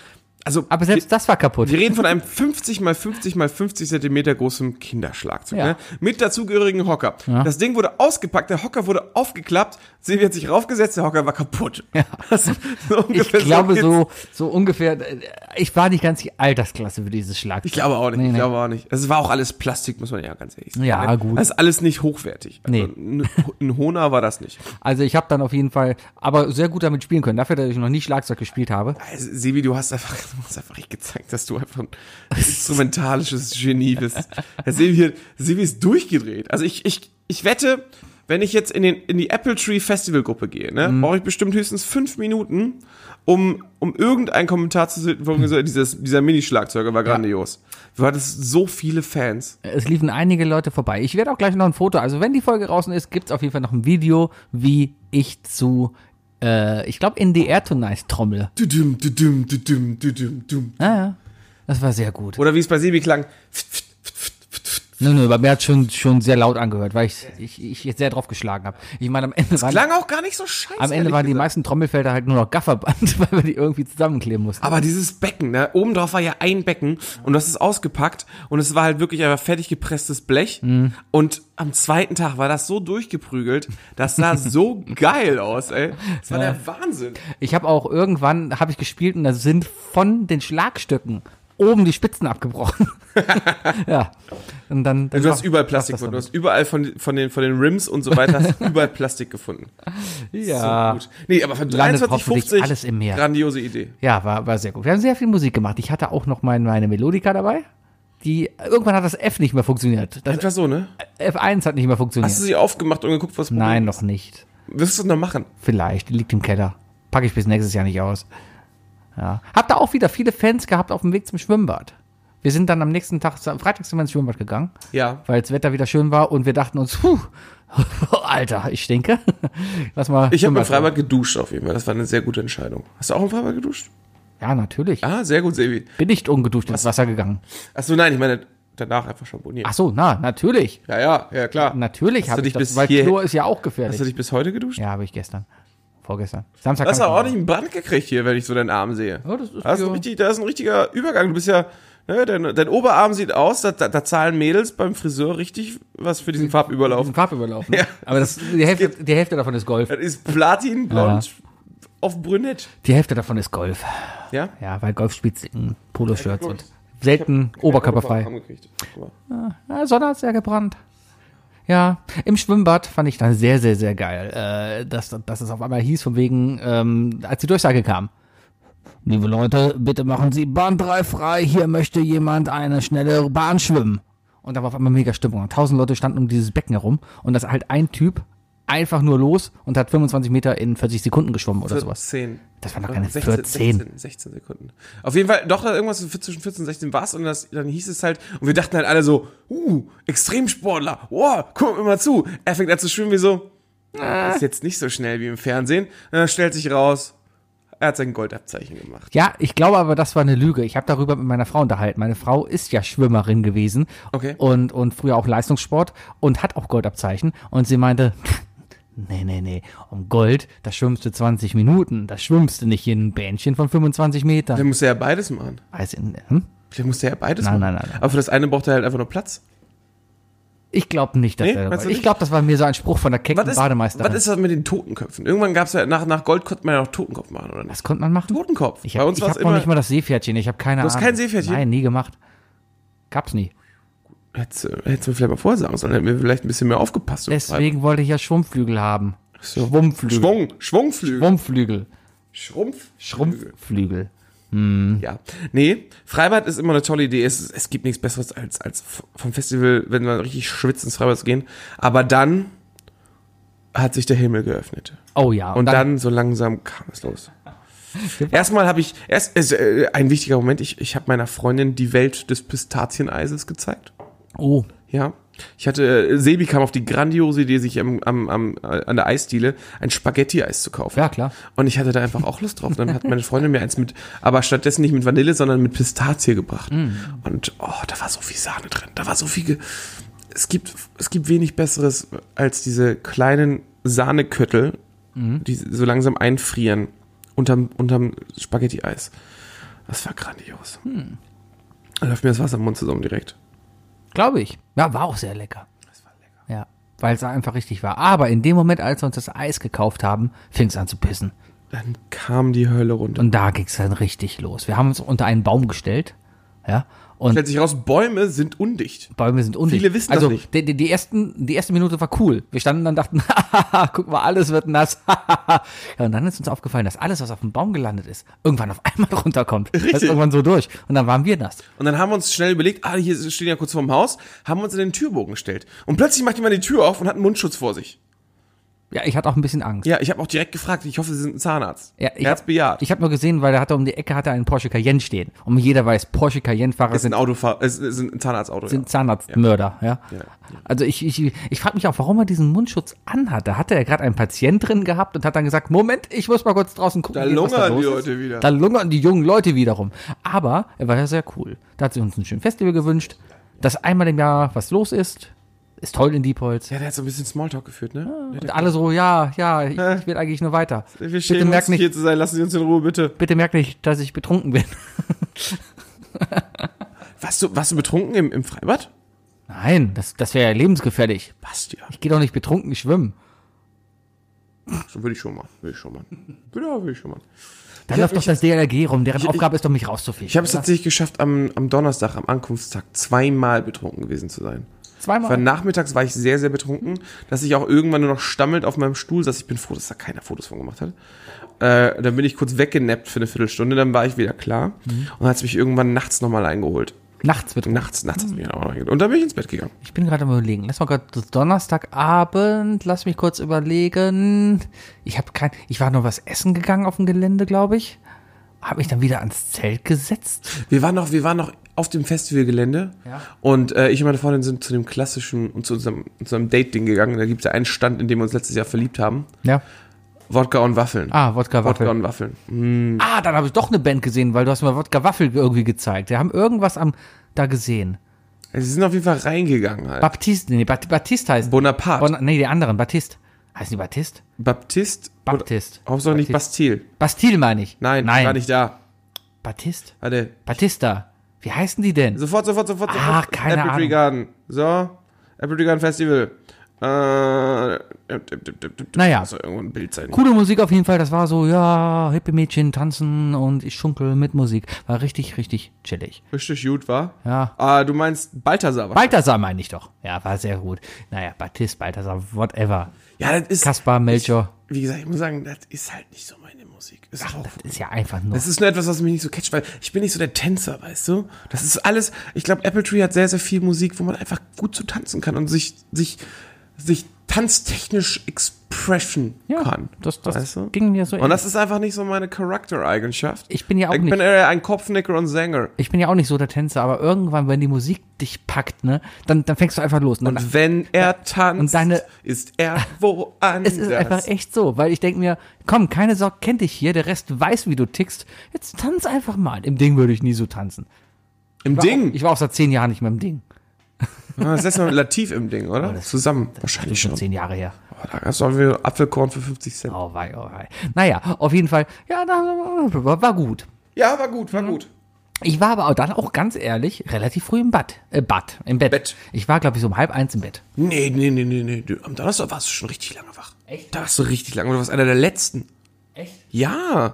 B: also.
C: aber selbst das war kaputt.
B: Wir reden von einem 50 mal 50 mal 50 Zentimeter großen Kinderschlagzeug,
C: Ja.
B: ne? Mit dazugehörigen Hocker. Das Ding wurde ausgepackt, der Hocker wurde aufgeklappt, Silvi hat sich raufgesetzt, der Hocker war kaputt. Ja. So
C: Ich
B: ungefähr
C: glaube
B: geht's.
C: so, so ungefähr, äh, ich war nicht ganz die Altersklasse für dieses Schlagzeug.
B: Ich glaube auch nicht,
C: Nee,
B: ich
C: nee.
B: glaube auch nicht. Es war auch alles Plastik, muss man ja ganz ehrlich sagen.
C: Ja,
B: ne?
C: gut.
B: Das ist alles nicht hochwertig. Also
C: Nee.
B: Ein ein Hohner war das nicht.
C: Also ich habe dann auf jeden Fall, aber sehr gut damit spielen können. Dafür, dass ich noch nie Schlagzeug gespielt habe.
B: Also, Sebi, du hast einfach, du hast einfach echt gezeigt, dass du einfach ein instrumentalisches Genie bist. Herr Sebi, hier- Sebi ist durchgedreht. Also ich, ich, ich wette, wenn ich jetzt in, den, in die Apple Tree Festival Gruppe gehe, ne,
C: Mhm.
B: brauche ich bestimmt höchstens fünf Minuten, um, um irgendeinen Kommentar zu finden, so, dieses, dieser Minischlagzeuger war grandios. Du hattest so viele Fans.
C: Es liefen einige Leute vorbei. Ich werde auch gleich noch ein Foto, also wenn die Folge draußen ist, gibt's auf jeden Fall noch ein Video, wie ich zu, äh, ich glaube, in the air tonight trommle.
B: Dudum, dudum, dudum, dudum, dudum.
C: Ja, ja. Das war sehr gut.
B: Oder wie es bei Sebi klang.
C: Nö, nö, aber mir hat schon schon sehr laut angehört, weil ich ich, ich jetzt sehr drauf geschlagen habe. Ich meine, am Ende waren,
B: Klang auch gar nicht so scheiße.
C: am Ende
B: ehrlich
C: waren die
B: gesagt.
C: meisten Trommelfelder halt nur noch Gafferband, weil wir die irgendwie zusammenkleben mussten.
B: Aber dieses Becken, ne? Obendrauf war ja ein Becken und das ist ausgepackt und es war halt wirklich einfach fertig gepresstes Blech.
C: Mhm.
B: Und am zweiten Tag war das so durchgeprügelt, das sah so geil aus, ey. Das war der Wahnsinn.
C: Ich habe auch irgendwann habe ich gespielt und da sind von den Schlagstöcken oben die Spitzen abgebrochen. ja. Und dann, dann
B: Du hast
C: war-
B: Also überall Plastik
C: war's das
B: gefunden. Du hast überall von, von, den, von den Rims und so weiter, hast überall Plastik gefunden.
C: Ja.
B: So gut. Nee, aber von
C: Landet
B: 23,50
C: hoffentlich alles im Meer.
B: Grandiose Idee.
C: Ja, war, war sehr gut. Wir haben sehr viel Musik gemacht. Ich hatte auch noch mein, meine Melodika dabei. Die irgendwann hat das F nicht mehr funktioniert. Das
B: Einfach so, ne?
C: F1 hat nicht mehr funktioniert.
B: Hast du sie aufgemacht und geguckt, was
C: äh, Nein, noch nicht.
B: Wirst du es noch machen?
C: Vielleicht liegt im Keller. Packe ich bis nächstes Jahr nicht aus. Ja. Hab da auch wieder viele Fans gehabt auf dem Weg zum Schwimmbad. Wir sind dann am nächsten Tag, freitags sind wir ins Schwimmbad gegangen.
B: Ja.
C: weil das Wetter wieder schön war und wir dachten uns, puh, Alter, ich stinke. Lass
B: Ich
C: mal.
B: habe im
C: Schwimmbad
B: Freibad geduscht auf jeden Fall. Das war eine sehr gute Entscheidung. Hast du auch im Freibad geduscht?
C: rein. Ja, natürlich.
B: Ah, sehr gut, Sebi.
C: Bin nicht ungeduscht ins Wasser gegangen.
B: Achso, nein, ich meine danach einfach schamponiert.
C: Ach so, na, natürlich.
B: Ja, ja, ja, klar.
C: Natürlich
B: hast
C: habe
B: du
C: ich
B: dich
C: das,
B: bis
C: weil
B: hier,
C: Chlor ist ja auch
B: Hast du
C: gefährlich.
B: dich bis heute geduscht?
C: Ja, habe ich gestern. Vorgestern. Samstag.
B: Das hast
C: kam
B: aber
C: ich
B: auch nicht einen Brand gekriegt hier, wenn ich so deinen Arm sehe.
C: Ja, Oh, das ist
B: da, ist ein
C: ja-
B: richtig, da ist ein richtiger Übergang. Du bist ja, ne, dein, dein Oberarm sieht aus, da, da, da zahlen Mädels beim Friseur richtig was für diesen Farbüberlauf.
C: diesen Farbüberlauf. Ne?
B: Ja.
C: Aber das, die, Hälfte, die Hälfte davon ist Golf.
B: Das ist Platin, blond, auf brünett.
C: Die Hälfte davon ist Golf.
B: Ja?
C: Ja, weil Golf spielt in Poloshirts
B: Ja,
C: und selten
B: Keinen
C: oberkörperfrei.
B: Arm gekriegt.
C: Ja, Sonne hat sehr gebrannt. Ja, im Schwimmbad fand ich dann sehr, sehr, sehr geil, äh, dass, dass es auf einmal hieß, von wegen, ähm, als die Durchsage kam. Liebe Leute, bitte machen Sie Bahn 3 frei, hier möchte jemand eine schnelle Bahn schwimmen. Und da war auf einmal mega Stimmung. Und tausend Leute standen um dieses Becken herum und das halt ein Typ einfach nur los und hat 25 Meter in 40 Sekunden geschwommen oder sowas.
B: 10.
C: Das waren doch keine
B: 16,
C: 14.
B: 16, 16 Sekunden. Auf jeden Fall, doch, da irgendwas zwischen 14 und 16 war es und das, dann hieß es halt, und wir dachten halt alle so, uh, Extremsportler, wow, guck mir mal zu. Er fängt an zu schwimmen wie so, "Ah,
C: Ah.
B: ist jetzt nicht so schnell wie im Fernsehen. Und dann stellt sich raus, er hat sein Goldabzeichen gemacht.
C: Ja, ich glaube aber, das war eine Lüge. Ich habe darüber mit meiner Frau unterhalten. Meine Frau ist ja Schwimmerin gewesen
B: Okay.
C: und, und früher auch Leistungssport und hat auch Goldabzeichen. Und sie meinte, nee, nee, nee, um Gold, da schwimmst du 20 Minuten, da schwimmst du nicht in ein Bähnchen von 25 Metern.
B: Dann musste er ja beides machen.
C: Weiß ich nicht, hm?
B: Vielleicht musste er ja beides
C: Nein,
B: machen.
C: nein, nein, nein.
B: Aber für das eine braucht er halt einfach nur Platz.
C: Ich glaube nicht, dass
B: Nee,
C: er
B: meinst du
C: Ich
B: nicht?
C: glaube, das war mir so ein Spruch von der kecken
B: Was ist,
C: Bademeisterin.
B: was ist das mit den Totenköpfen? Irgendwann gab es ja, nach, nach Gold konnte man ja noch Totenkopf machen, oder nicht?
C: das konnte man machen?
B: Totenkopf.
C: Ich habe
B: war's
C: hab noch nicht mal das Seepferdchen. Ich habe keine
B: Du hast
C: Ahnung.
B: kein Seepferdchen?
C: Nein, nie gemacht. Gab's nie.
B: Hättest, du- hättest du mir vielleicht mal vorher sagen sollen, hätten wir vielleicht ein bisschen mehr aufgepasst. im
C: Deswegen wollte ich ja Schwummflügel haben.
B: So.
C: Schwummflügel.
B: Schwung, Schwungflügel.
C: Schwummflügel.
B: Schrumpf.
C: Schrumpfflügel.
B: Ja. Nee, Freibad ist immer eine tolle Idee. Es, es gibt nichts Besseres als, als vom Festival, wenn man richtig schwitzt ins Freibad zu gehen. Aber dann hat sich der Himmel geöffnet.
C: Oh ja.
B: Und dann, so langsam kam es los. Erstmal habe ich, erst ist, äh, ein wichtiger Moment, ich, ich habe meiner Freundin die Welt des Pistazieneises gezeigt.
C: Oh.
B: Ja. Ich hatte, äh, Sebi kam auf die grandiose Idee, sich am, am, am, äh, an der Eisdiele ein Spaghetti-Eis zu kaufen.
C: Ja, klar.
B: Und ich hatte da einfach auch Lust drauf. Dann hat meine Freundin mir eins mit, aber stattdessen nicht mit Vanille, sondern mit Pistazie gebracht. Und oh, da war so viel Sahne drin. Da war so viel. Ge es, gibt, es gibt wenig Besseres als diese kleinen Sahneköttel, die so langsam einfrieren unterm, unterm Spaghetti-Eis. Das war grandios. Da läuft mir das Wasser im Mund zusammen direkt.
C: Glaube ich. Ja, war auch sehr lecker. Ja, weil es einfach richtig war. Aber in dem Moment, als wir uns das Eis gekauft haben, fing es an zu pissen.
B: Dann kam die Hölle runter.
C: Und da ging es dann richtig los. Wir haben uns unter einen Baum gestellt. Ja. Und
B: Stellt sich raus, Bäume sind undicht.
C: Bäume sind undicht.
B: Viele wissen das
C: also,
B: nicht.
C: Die, die, die, ersten, die erste Minute war cool. Wir standen dann dachten, guck mal, alles wird nass. ja, und dann ist uns aufgefallen, dass alles, was auf dem Baum gelandet ist, irgendwann auf einmal runterkommt. Richtig. Das ist irgendwann so durch. Und dann waren wir nass.
B: Und dann haben wir uns schnell überlegt, ah, hier stehen ja kurz vorm Haus, haben uns in den Türbogen gestellt. Und plötzlich macht jemand die Tür auf und hat einen Mundschutz vor sich.
C: Ja, ich hatte auch ein bisschen Angst.
B: Ja, ich habe auch direkt gefragt, ich hoffe, Sie sind ein Zahnarzt.
C: Ja, ich
B: er hat's
C: hab-
B: bejaht.
C: Ich habe nur gesehen, weil er hatte um die Ecke hatte einen Porsche Cayenne stehen. Und jeder weiß, Porsche Cayenne-Fahrer
B: ist ein
C: sind,
B: Autofahr es ist ein Zahnarztauto.
C: sind Zahnarztmörder. Ja. Also ich, ich, ich frage mich auch, warum er diesen Mundschutz anhatte. Hatte er gerade einen Patient drin gehabt und hat dann gesagt, Moment, ich muss mal kurz draußen gucken.
B: Da
C: wie- was
B: lungern die
C: los ist."
B: Leute wieder.
C: Da lungern die jungen Leute wiederum. Aber er war ja sehr cool. Da hat sie uns ein schönes Festival gewünscht, dass einmal im Jahr was los ist. Ist toll in Diepholz.
B: ja, der hat so ein bisschen Smalltalk geführt, ne?
C: Und alle so, ja, ja, ich, ich will eigentlich nur weiter.
B: Wir
C: Ah. Bitte
B: schämen uns
C: merk
B: nicht.
C: nicht,
B: hier zu sein, lassen Sie uns in Ruhe, bitte.
C: bitte merk nicht, dass ich betrunken bin.
B: Warst du, warst du betrunken im, im Freibad?
C: Nein, das, das wäre ja lebensgefährlich.
B: Bastian.
C: Ich gehe doch nicht betrunken schwimmen.
B: So würde ich schon mal. Will ich schon mal. Genau, will ich schon mal.
C: Da
B: Ich
C: läuft
B: hab-
C: doch das DLRG rum, deren
B: ich-
C: Aufgabe ist doch, mich rauszufischen.
B: Ich habe es tatsächlich geschafft, am, am Donnerstag, am Ankunftstag, zweimal betrunken gewesen zu sein.
C: Zweimal?
B: Weil nachmittags war ich sehr, sehr betrunken, dass ich auch irgendwann nur noch stammelnd auf meinem Stuhl saß. Ich bin froh, dass da keiner Fotos von gemacht hat. Äh, dann bin ich kurz weggenappt für eine Viertelstunde, dann war ich wieder klar
C: Mhm.
B: und dann hat's mich irgendwann nachts nochmal eingeholt.
C: Nachts betrunken.
B: Nachts, nachts hat's
C: Mhm.
B: mich nochmal eingeholt. Und dann bin ich ins Bett gegangen.
C: Ich bin gerade am überlegen. Lass mal gerade Donnerstagabend, lass mich kurz überlegen. Ich habe kein, ich war nur was essen gegangen auf dem Gelände, glaube ich. Habe mich dann wieder ans Zelt gesetzt.
B: Wir waren noch, wir waren noch auf dem Festivalgelände
C: Ja.
B: und äh, ich und meine Freundin sind zu dem klassischen und zu unserem, zu unserem Date-Ding gegangen. Da gibt's ja einen Stand, in dem wir uns letztes Jahr verliebt haben.
C: Ja.
B: Wodka und Waffeln.
C: Ah, Wodka
B: Wodka
C: Waffel.
B: und Waffeln.
C: Ah, dann habe ich doch eine Band gesehen, weil du hast mir Wodka Waffel irgendwie gezeigt. Wir haben irgendwas am da gesehen.
B: Also, sie sind auf jeden Fall reingegangen halt.
C: Baptiste, nee, Bat- Baptiste heißt.
B: Bonaparte.
C: Bon, nee, die anderen, Baptiste. Heißen die Baptiste?
B: Baptist.
C: Baptist.
B: Hauptsache nicht Bastille.
C: Bastille meine ich.
B: Nein,
C: Nein.
B: war nicht da.
C: Baptist?
B: Warte.
C: Batista. Wie heißen die denn?
B: Sofort, sofort, sofort, sofort.
C: Ach, keine
B: Apple Tree
C: Ahnung.
B: Garden. So. Apple Tree Garden Festival. Äh, dip, dip, dip, dip, dip.
C: Naja.
B: Muss doch irgendwo ein Bild sein.
C: Coole Musik auf jeden Fall. Das war so, ja, hippe Mädchen tanzen und ich schunkel mit Musik. War richtig, richtig chillig.
B: Richtig gut, war?
C: Ja.
B: Ah, du meinst Balthasar, wa?
C: Balthasar meine ich doch. Ja, war sehr gut. Naja, Baptist, Balthasar, whatever.
B: ja, das ist.
C: Kaspar, Melchior.
B: Wie gesagt, ich muss sagen, das ist halt nicht so meine Musik. Ist auch
C: Das ist ja einfach nur.
B: Das ist nur etwas, was mich nicht so catcht, weil ich bin nicht so der Tänzer, weißt du? Das ist alles, ich glaube, Apple Tree hat sehr, sehr viel Musik, wo man einfach gut zu tanzen kann und sich, sich, sich tanztechnisch expression
C: Ja,
B: kann.
C: das- das
B: weißt du?
C: ging mir so
B: Und das ist einfach nicht so meine Charaktereigenschaft.
C: Ich bin ja auch
B: Ich bin
C: nicht-
B: eher ein Kopfnicker und Sänger.
C: ich bin ja auch nicht so der Tänzer, aber irgendwann, wenn die Musik dich packt, ne, dann, dann fängst du einfach los. ne?
B: Und wenn er tanzt,
C: und deine-
B: ist er woanders.
C: Es ist einfach echt so, weil ich denke mir, komm, keine Sorge, kennt dich hier, der Rest weiß, wie du tickst. Jetzt tanz einfach mal. Im Ding würde ich nie so tanzen.
B: Im
C: War Auch,
B: Ding. Ah,
C: ich war auch seit zehn Jahren nicht mehr im Ding.
B: Das letzte Mal mit Latif im Ding, oder? Zusammen. Wahrscheinlich
C: Schon
B: schon.
C: zehn Jahre her.
B: Oh, da gab es doch wieder Apfelkorn für 50 Cent.
C: Oh wei, oh wei. Naja, auf jeden Fall, ja, da, war, war gut.
B: Ja, war gut, war
C: Mhm.
B: gut.
C: Ich war aber auch dann auch ganz ehrlich relativ früh im Bad. Äh, Bad, im Bett.
B: Bett.
C: Ich war, glaube ich, so um halb eins im Bett.
B: Nee, nee, nee, nee, nee. Du, am Donnerstag warst du schon richtig lange wach. Echt? Da warst du richtig lange. Du warst einer der letzten.
C: Echt?
B: Ja.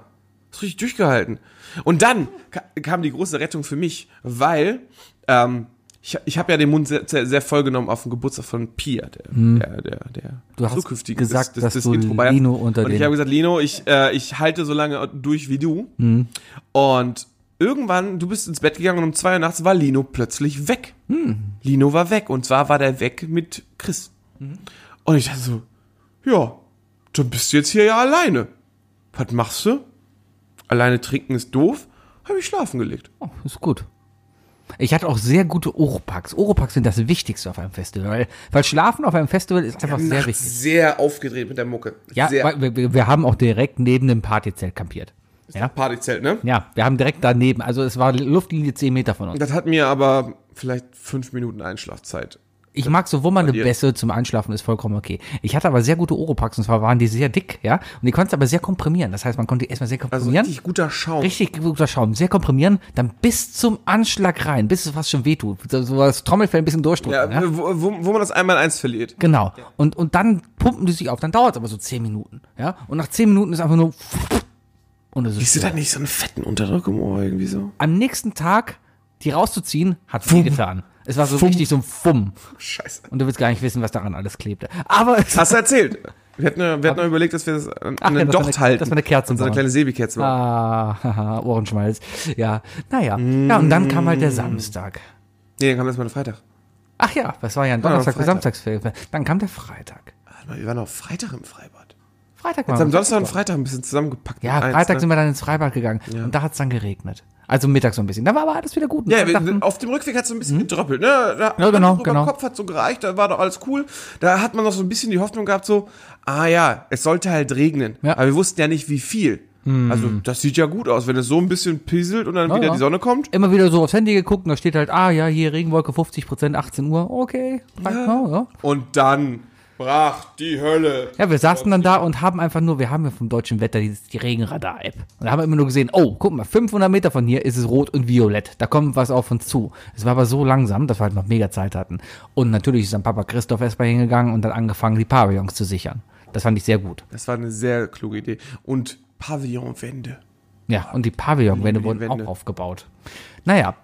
B: Hast richtig durchgehalten. Und dann ka kam die große Rettung für mich, weil ähm, ich, ich habe ja den Mund sehr, sehr, sehr voll genommen auf dem Geburtstag von Pia, der, der, der, der
C: Hm. Du hast
B: zukünftigen
C: gesagt, dass du
B: Intro-Bayern.
C: Lino unter
B: Und ich
C: den-
B: habe gesagt, Lino, ich, äh, ich halte so lange durch wie du.
C: Hm.
B: Und irgendwann, du bist ins Bett gegangen und um zwei Uhr nachts war Lino plötzlich weg.
C: Mhm.
B: Lino war weg. Und zwar war der weg mit Chris. Und ich dachte so, ja, dann bist du jetzt hier ja alleine. Was machst du? Alleine trinken ist doof. Hab ich schlafen gelegt.
C: Oh, ist gut. Ich hatte auch sehr gute Oropax. Oropax sind das Wichtigste auf einem Festival, weil, weil Schlafen auf einem Festival ist einfach sehr
B: Nachts
C: wichtig.
B: sehr aufgedreht mit der Mucke.
C: Ja,
B: sehr.
C: weil wir- wir, wir haben auch direkt neben dem Partyzelt kampiert. Ja,
B: Partyzelt, ne?
C: ja, wir haben direkt daneben, also es war Luftlinie 10 Meter von uns.
B: Das hat mir aber vielleicht fünf Minuten Einschlafzeit.
C: Ich mag so wummernde
B: dir.
C: Bässe zum Einschlafen, ist vollkommen okay. Ich hatte aber sehr gute Oropax und zwar waren die sehr dick, ja, und die konntest du aber sehr komprimieren. Das heißt, man konnte die erstmal sehr
B: Also
C: komprimieren.
B: richtig guter Schaum.
C: richtig guter Schaum, sehr komprimieren, dann bis zum Anschlag rein, bis es fast schon wehtut. So, so das Trommelfell ein bisschen durchdrücken.
B: Ja,
C: Ja,
B: Wo, wo, wo man das einmal eins verliert.
C: Genau. Und, und dann pumpen die sich auf, dann dauert es aber so 10 Minuten. Ja? Und nach 10 Minuten ist einfach nur. Und es
B: Siehst
C: ist
B: du da nicht so einen fetten Unterdruck im Ohr irgendwie so?
C: am nächsten Tag die rauszuziehen, hat viel getan. Es war so richtig so ein Fumm.
B: Scheiße.
C: Und du willst gar nicht wissen, was daran alles klebte. Aber es
B: Hast du erzählt? Wir hatten, ja- wir hatten noch überlegt, dass wir das an
C: Ach
B: an
C: ja,
B: den
C: dass wir
B: Docht
C: eine-
B: halten.
C: dass wir eine Kerze
B: Und So eine
C: bauen.
B: kleine Säbelkerze. machen.
C: Ah, haha, Ohrenschmalz. Ja. Naja. Ja, und dann kam halt der Samstag.
B: Nee, dann kam das mal der Freitag.
C: Ach ja, das war ja ein Donnerstag für
B: Freitag.
C: Samstagsfilme. Dann kam der Freitag.
B: Warte mal, wir waren auch Freitag im Freibad.
C: Freitag
B: Wir
C: war
B: haben Donnerstag und Freitag ein bisschen zusammengepackt.
C: Ah. Ja,
B: mit eins,
C: Freitag
B: ne?
C: sind wir dann ins Freibad gegangen und da hat's dann geregnet. Also mittags so ein bisschen. Da war aber alles wieder gut. Und
B: Ja,
C: wir
B: wir,
C: dachten,
B: auf dem Rückweg hat es ein bisschen gedröppelt, ne? Da,
C: hm. Ja, genau,
B: Über
C: genau.
B: Kopf hat so gereicht, da war doch alles cool. Da hat man noch so ein bisschen die Hoffnung gehabt, so, ah ja, es sollte halt regnen.
C: Ja. Hm.
B: Aber wir wussten ja nicht, wie viel. Also, das sieht ja gut aus, wenn es so ein bisschen piselt und dann wieder
C: ja.
B: die Sonne kommt.
C: immer wieder so aufs Handy geguckt und da steht halt, ah ja, hier Regenwolke 50 Prozent, 18 Uhr. Okay. Ja. Ja.
B: Und dann brach die Hölle.
C: ja, wir saßen dann da und haben einfach nur, wir haben ja vom deutschen Wetter dieses, die Regenradar-App. Und da haben wir immer nur gesehen, oh, guck mal, 500 Meter von hier ist es rot und violett. Da kommt was auf uns zu. Es war aber so langsam, dass wir halt noch mega Zeit hatten. Und natürlich ist dann Papa Christoph erstmal hingegangen und dann angefangen, die Pavillons zu sichern. Das fand ich sehr gut.
B: Das war eine sehr kluge Idee. Und Pavillonwände.
C: Ja, und die Pavillonwände
B: die
C: wurden
B: Wände.
C: auch aufgebaut. Naja,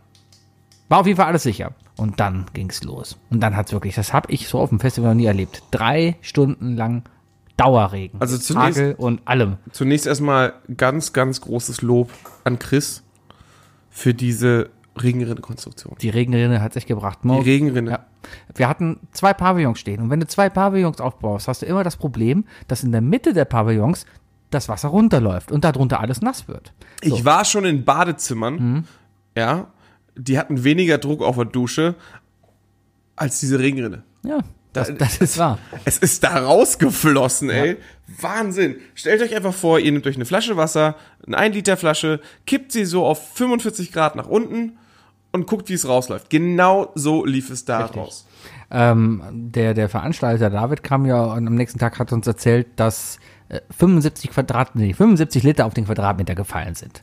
C: war auf jeden Fall alles sicher. Und dann ging's los. Und dann hat's wirklich, das habe ich so auf dem Festival noch nie erlebt. Drei Stunden lang Dauerregen.
B: Also
C: mit
B: zunächst-
C: Hagel und allem.
B: Zunächst erstmal ganz, ganz großes Lob an Chris für diese Regenrinnekonstruktion.
C: Die Regenrinne hat's echt gebracht.
B: Die Regenrinne.
C: Ja. Wir hatten zwei Pavillons stehen. Und wenn du zwei Pavillons aufbaust, hast du immer das Problem, dass in der Mitte der Pavillons das Wasser runterläuft und darunter alles nass wird.
B: Ich war schon in Badezimmern, ja, die hatten weniger Druck auf der Dusche als diese Regenrinne.
C: Ja, das, das ist wahr.
B: Es ist da rausgeflossen, ey. Wahnsinn. Stellt euch einfach vor, ihr nehmt euch eine Flasche Wasser, eine 1 Liter Flasche, kippt sie so auf 45 Grad nach unten und guckt, wie es rausläuft. Genau so lief es da raus.
C: Ähm, der, der Veranstalter David kam ja und am nächsten Tag hat uns erzählt, dass äh, 75 Quadrat, nee, 75 Liter auf den Quadratmeter gefallen sind.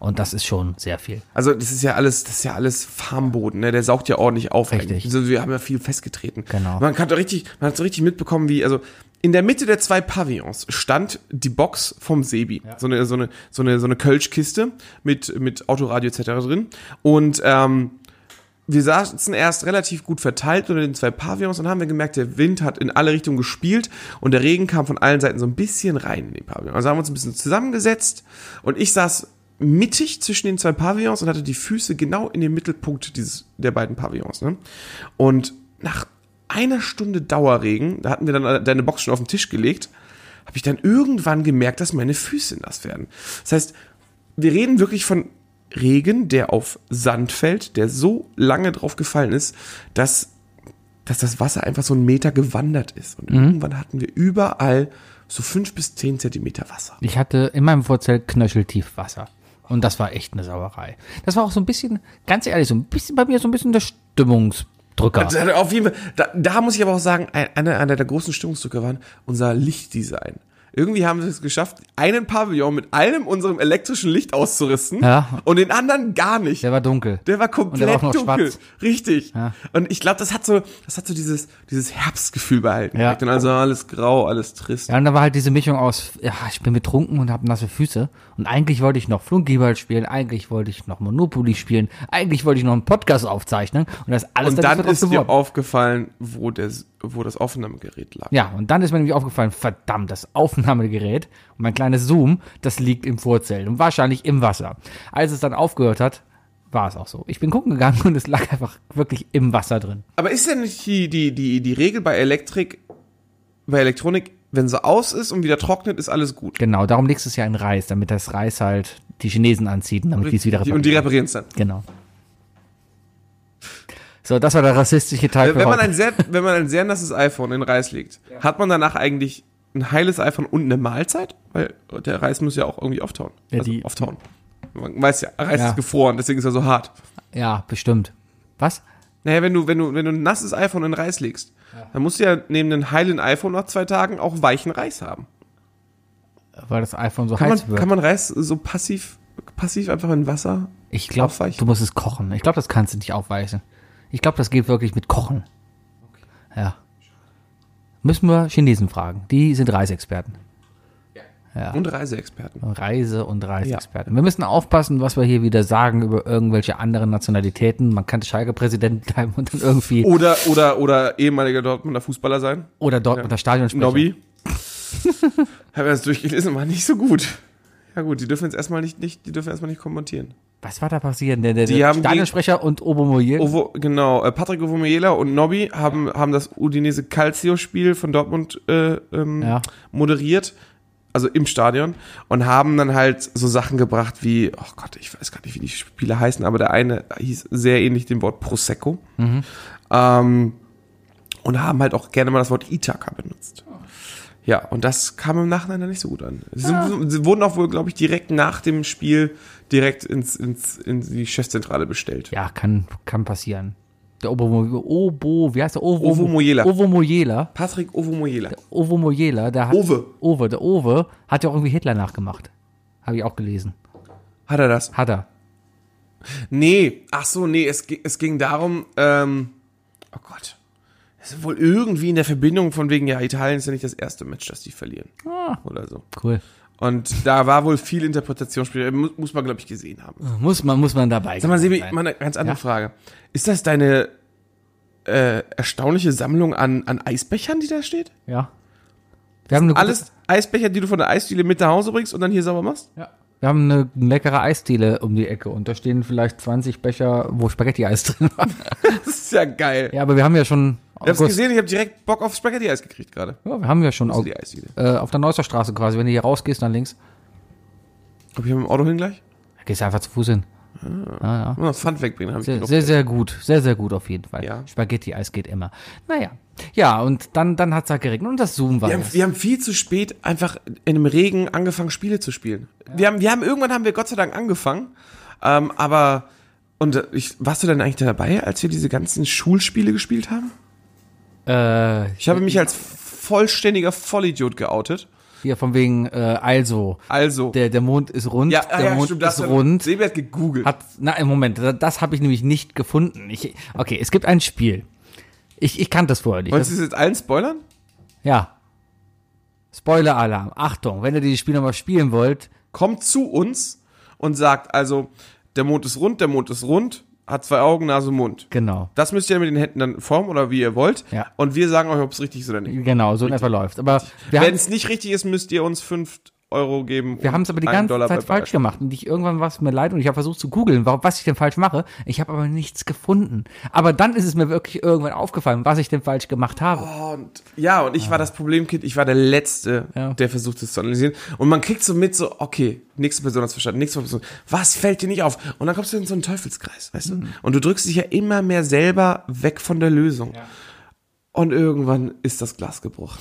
C: Und das ist schon sehr viel.
B: Also das ist ja alles, das ist ja alles Farmboden, ne? Der saugt ja ordentlich auf.
C: Richtig.
B: eigentlich. Also wir haben ja viel festgetreten.
C: Genau.
B: Man kann doch richtig, man hat so richtig mitbekommen, wie also in der Mitte der zwei Pavillons stand die Box vom Sebi, so eine so eine so eine so eine Kölschkiste mit mit Autoradio etc. drin und ähm, wir saßen erst relativ gut verteilt unter den zwei Pavillons und haben wir gemerkt, der Wind hat in alle Richtungen gespielt und der Regen kam von allen Seiten so ein bisschen rein in den Pavillon. Also haben wir uns ein bisschen zusammengesetzt und ich saß mittig zwischen den zwei Pavillons und hatte die Füße genau in dem Mittelpunkt dieses, der beiden Pavillons. Ne? Und nach einer Stunde Dauerregen, da hatten wir dann deine Box schon auf den Tisch gelegt, habe ich dann irgendwann gemerkt, dass meine Füße nass werden. Das heißt, wir reden wirklich von Regen, der auf Sand fällt, der so lange drauf gefallen ist, dass, dass das Wasser einfach so einen Meter gewandert ist. Und irgendwann hatten wir überall so fünf bis zehn Zentimeter Wasser.
C: Ich hatte in meinem Vorzelt knöcheltief Wasser. Und das war echt eine Sauerei. Das war auch so ein bisschen, ganz ehrlich, so ein bisschen bei mir so ein bisschen der Stimmungsdrücker.
B: Das hat Auf jeden Fall, da, da muss ich aber auch sagen, ein- einer, einer der großen Stimmungsdrücker waren unser Lichtdesign. Irgendwie haben wir es geschafft, einen Pavillon mit allem unserem elektrischen Licht auszurüsten
C: Ja.
B: und den anderen gar nicht.
C: Der war dunkel.
B: Der war
C: der
B: komplett
C: war auch noch
B: dunkel.
C: schwarz.
B: Richtig.
C: Ja.
B: Und ich glaube, das hat so, das hat so dieses, dieses Herbstgefühl behalten.
C: Ja.
B: Und also alles grau, alles trist.
C: Ja, und da war halt diese Mischung aus, ja, ich bin betrunken und habe nasse Füße. Und eigentlich wollte ich noch Flunkyball spielen, eigentlich wollte ich noch Monopoly spielen, eigentlich wollte ich noch einen Podcast aufzeichnen. Und das ist alles
B: Und dann
C: nicht so draus
B: ist dir
C: geworden.
B: aufgefallen, wo, der, wo das Aufnahmegerät lag.
C: Ja, und dann ist mir nämlich aufgefallen, verdammt, das Aufnahmegerät und mein kleines Zoom, das liegt im Vorzelt und wahrscheinlich im Wasser. Als es dann aufgehört hat, war es auch so. Ich bin gucken gegangen und es lag einfach wirklich im Wasser drin.
B: Aber ist denn nicht die, die, die, die Regel bei Elektrik, bei Elektronik, wenn sie aus ist und wieder trocknet, ist alles gut.
C: Genau, darum nächstes Jahr in Reis, damit das Reis halt die Chinesen anzieht und damit die es wieder
B: Die- Und die reparieren es dann.
C: Genau. So, das war der rassistische Teil
B: Wenn
C: für
B: man,
C: heute.
B: ein sehr, wenn man ein sehr nasses iPhone in Reis legt, hat man danach eigentlich ein heiles iPhone und eine Mahlzeit? Weil der Reis muss ja auch irgendwie auftauen.
C: Ja,
B: also
C: die-
B: auftauen. Man weiß ja, Reis
C: Ja.
B: ist gefroren, deswegen ist er so hart.
C: Ja, bestimmt. Was?
B: Naja, wenn du, wenn du, wenn du ein nasses iPhone in Reis legst, dann musst du ja neben einem heilen iPhone nach zwei Tagen auch weichen Reis haben.
C: Weil das iPhone so
B: Kann
C: heiß
B: man,
C: wird.
B: kann man Reis so passiv, passiv einfach in Wasser?
C: ich glaube,
B: aufweichen?
C: du musst es kochen. Ich glaube, das kannst du nicht aufweichen. Ich glaube, das geht wirklich mit Kochen. Ja. Müssen wir Chinesen fragen. Die sind Reisexperten.
B: Und Reiseexperten.
C: Reise- und Reisexperten. Wir müssen aufpassen, was wir hier wieder sagen über irgendwelche anderen Nationalitäten. Man kann Schalke-Präsident bleiben und dann irgendwie.
B: Oder, oder, oder ehemaliger Dortmunder Fußballer sein.
C: Oder Dortmunder Stadionsprecher.
B: Nobby. Habe das durchgelesen, war nicht so gut. Ja gut, die dürfen jetzt erstmal nicht, nicht, die dürfen erstmal nicht kommentieren.
C: Was war da passiert? Der, der,
B: Die
C: der
B: haben gegen-
C: Stadionsprecher und Obomoyer.
B: Ovo, genau, äh, Patrick Ovomiela und Nobby haben, haben das Udinese Calcio-Spiel von Dortmund äh, ähm,
C: Ja.
B: moderiert, also im Stadion, und haben dann halt so Sachen gebracht wie, oh Gott, ich weiß gar nicht, wie die Spiele heißen, aber der eine hieß sehr ähnlich dem Wort Prosecco. Ähm, und haben halt auch gerne mal das Wort Itaka benutzt. Ja, und das kam im Nachhinein dann nicht so gut an. Sie, sind, sie wurden auch wohl, glaube ich, direkt nach dem Spiel direkt ins, ins, in die Chefzentrale bestellt.
C: Ja, kann, kann passieren. Der Obo, Obo, wie heißt der? Ovo,
B: Ovomoyela.
C: Ovomoyela.
B: Patrick Ovomoyela.
C: Ovomoyela, der hat.
B: Ove.
C: Ove, der Ove hat ja auch irgendwie Hitler nachgemacht. Habe ich auch gelesen.
B: Hat er das?
C: Hat er.
B: Nee, ach so, nee, es, gi- es ging darum, ähm, oh Gott. Es ist wohl irgendwie in der Verbindung von wegen, ja, Italien ist ja nicht das erste Match, das die verlieren. Oder so.
C: Cool.
B: Und da war wohl viel Interpretationsspiel, äh, mu- muss man, glaube ich, gesehen haben.
C: Muss man, muss man dabei
B: Sag mal, Sebi,
C: sein.
B: mal eine ganz andere
C: Ah, Ja.
B: Frage. Ist das deine äh, erstaunliche Sammlung an, an Eisbechern, die da steht?
C: Ja. Wir haben eine gute,
B: Alles Eisbecher, die du von der Eisdiele mit nach Hause bringst und dann hier sauber machst?
C: Ja. Wir haben eine leckere Eisdiele um die Ecke und da stehen vielleicht 20 Becher, wo Spaghetti-Eis drin war.
B: Das ist ja geil.
C: Ja, aber wir haben ja schon
B: ich hab's
C: August.
B: gesehen, ich habe direkt Bock auf Spaghetti-Eis gekriegt gerade.
C: Ja, wir haben ja schon
B: Also
C: August.
B: die Eisdiele.
C: Äh, auf der Neusser Straße quasi. Wenn du hier rausgehst, dann links,
B: Komm ich mit dem Auto hin gleich?
C: gehst du einfach zu Fuß hin.
B: Nur noch Pfand wegbringen, habe ich
C: Sehr,
B: genug.
C: sehr, sehr gut. Sehr, sehr gut auf jeden Fall.
B: Ja.
C: Spaghetti-Eis geht immer. Naja. Ja, und dann, dann hat's halt geregnet und das Zoom war.
B: Wir haben, wir haben viel zu spät einfach in dem Regen angefangen, Spiele zu spielen. Wir haben, wir haben, irgendwann haben wir Gott sei Dank angefangen, ähm, aber, und äh, ich, warst du denn eigentlich da dabei, als wir diese ganzen Schulspiele gespielt haben?
C: äh,
B: Ich habe mich als vollständiger Vollidiot geoutet.
C: hier von wegen, äh, also,
B: Also,
C: der, der Mond ist rund,
B: ja,
C: der
B: ah, ja,
C: Mond
B: stimmt, das
C: ist rund.
B: Sebi hat gegoogelt.
C: Hat, na, im Moment, da- das habe ich nämlich nicht gefunden. Ich, okay, es gibt ein Spiel. Ich, ich kannte das vorher nicht.
B: Wolltest
C: Das,
B: du es jetzt allen spoilern?
C: ja. Spoiler-Alarm. Achtung, wenn ihr dieses Spiel nochmal spielen wollt,
B: kommt zu uns und sagt also, der Mond ist rund, der Mond ist rund, hat zwei Augen, Nase, Mund.
C: genau.
B: Das müsst ihr mit den Händen dann formen oder wie ihr wollt.
C: Ja.
B: Und wir sagen euch, ob es richtig ist oder nicht.
C: Genau, so in etwa läuft. Aber wir
B: Wenn
C: haben
B: es nicht richtig ist, müsst ihr uns 5 Euro geben.
C: Wir haben es aber die ganze Zeit falsch gemacht. Und ich, irgendwann war es mir leid und ich habe versucht zu googeln, wa- was ich denn falsch mache. Ich habe aber nichts gefunden. Aber dann ist es mir wirklich irgendwann aufgefallen, was ich denn falsch gemacht habe.
B: Oh, Und, ja, und ich war das Problemkind. Ich war der Letzte,
C: Ja.
B: der versucht es zu analysieren. Und man kriegt so mit, so, okay, nächste Person hat verstanden, nächste Person. Was fällt dir nicht auf? Und dann kommst du in so einen Teufelskreis, weißt
C: Mhm.
B: du? Und du drückst dich ja immer mehr selber weg von der Lösung. Und irgendwann ist das Glas gebrochen.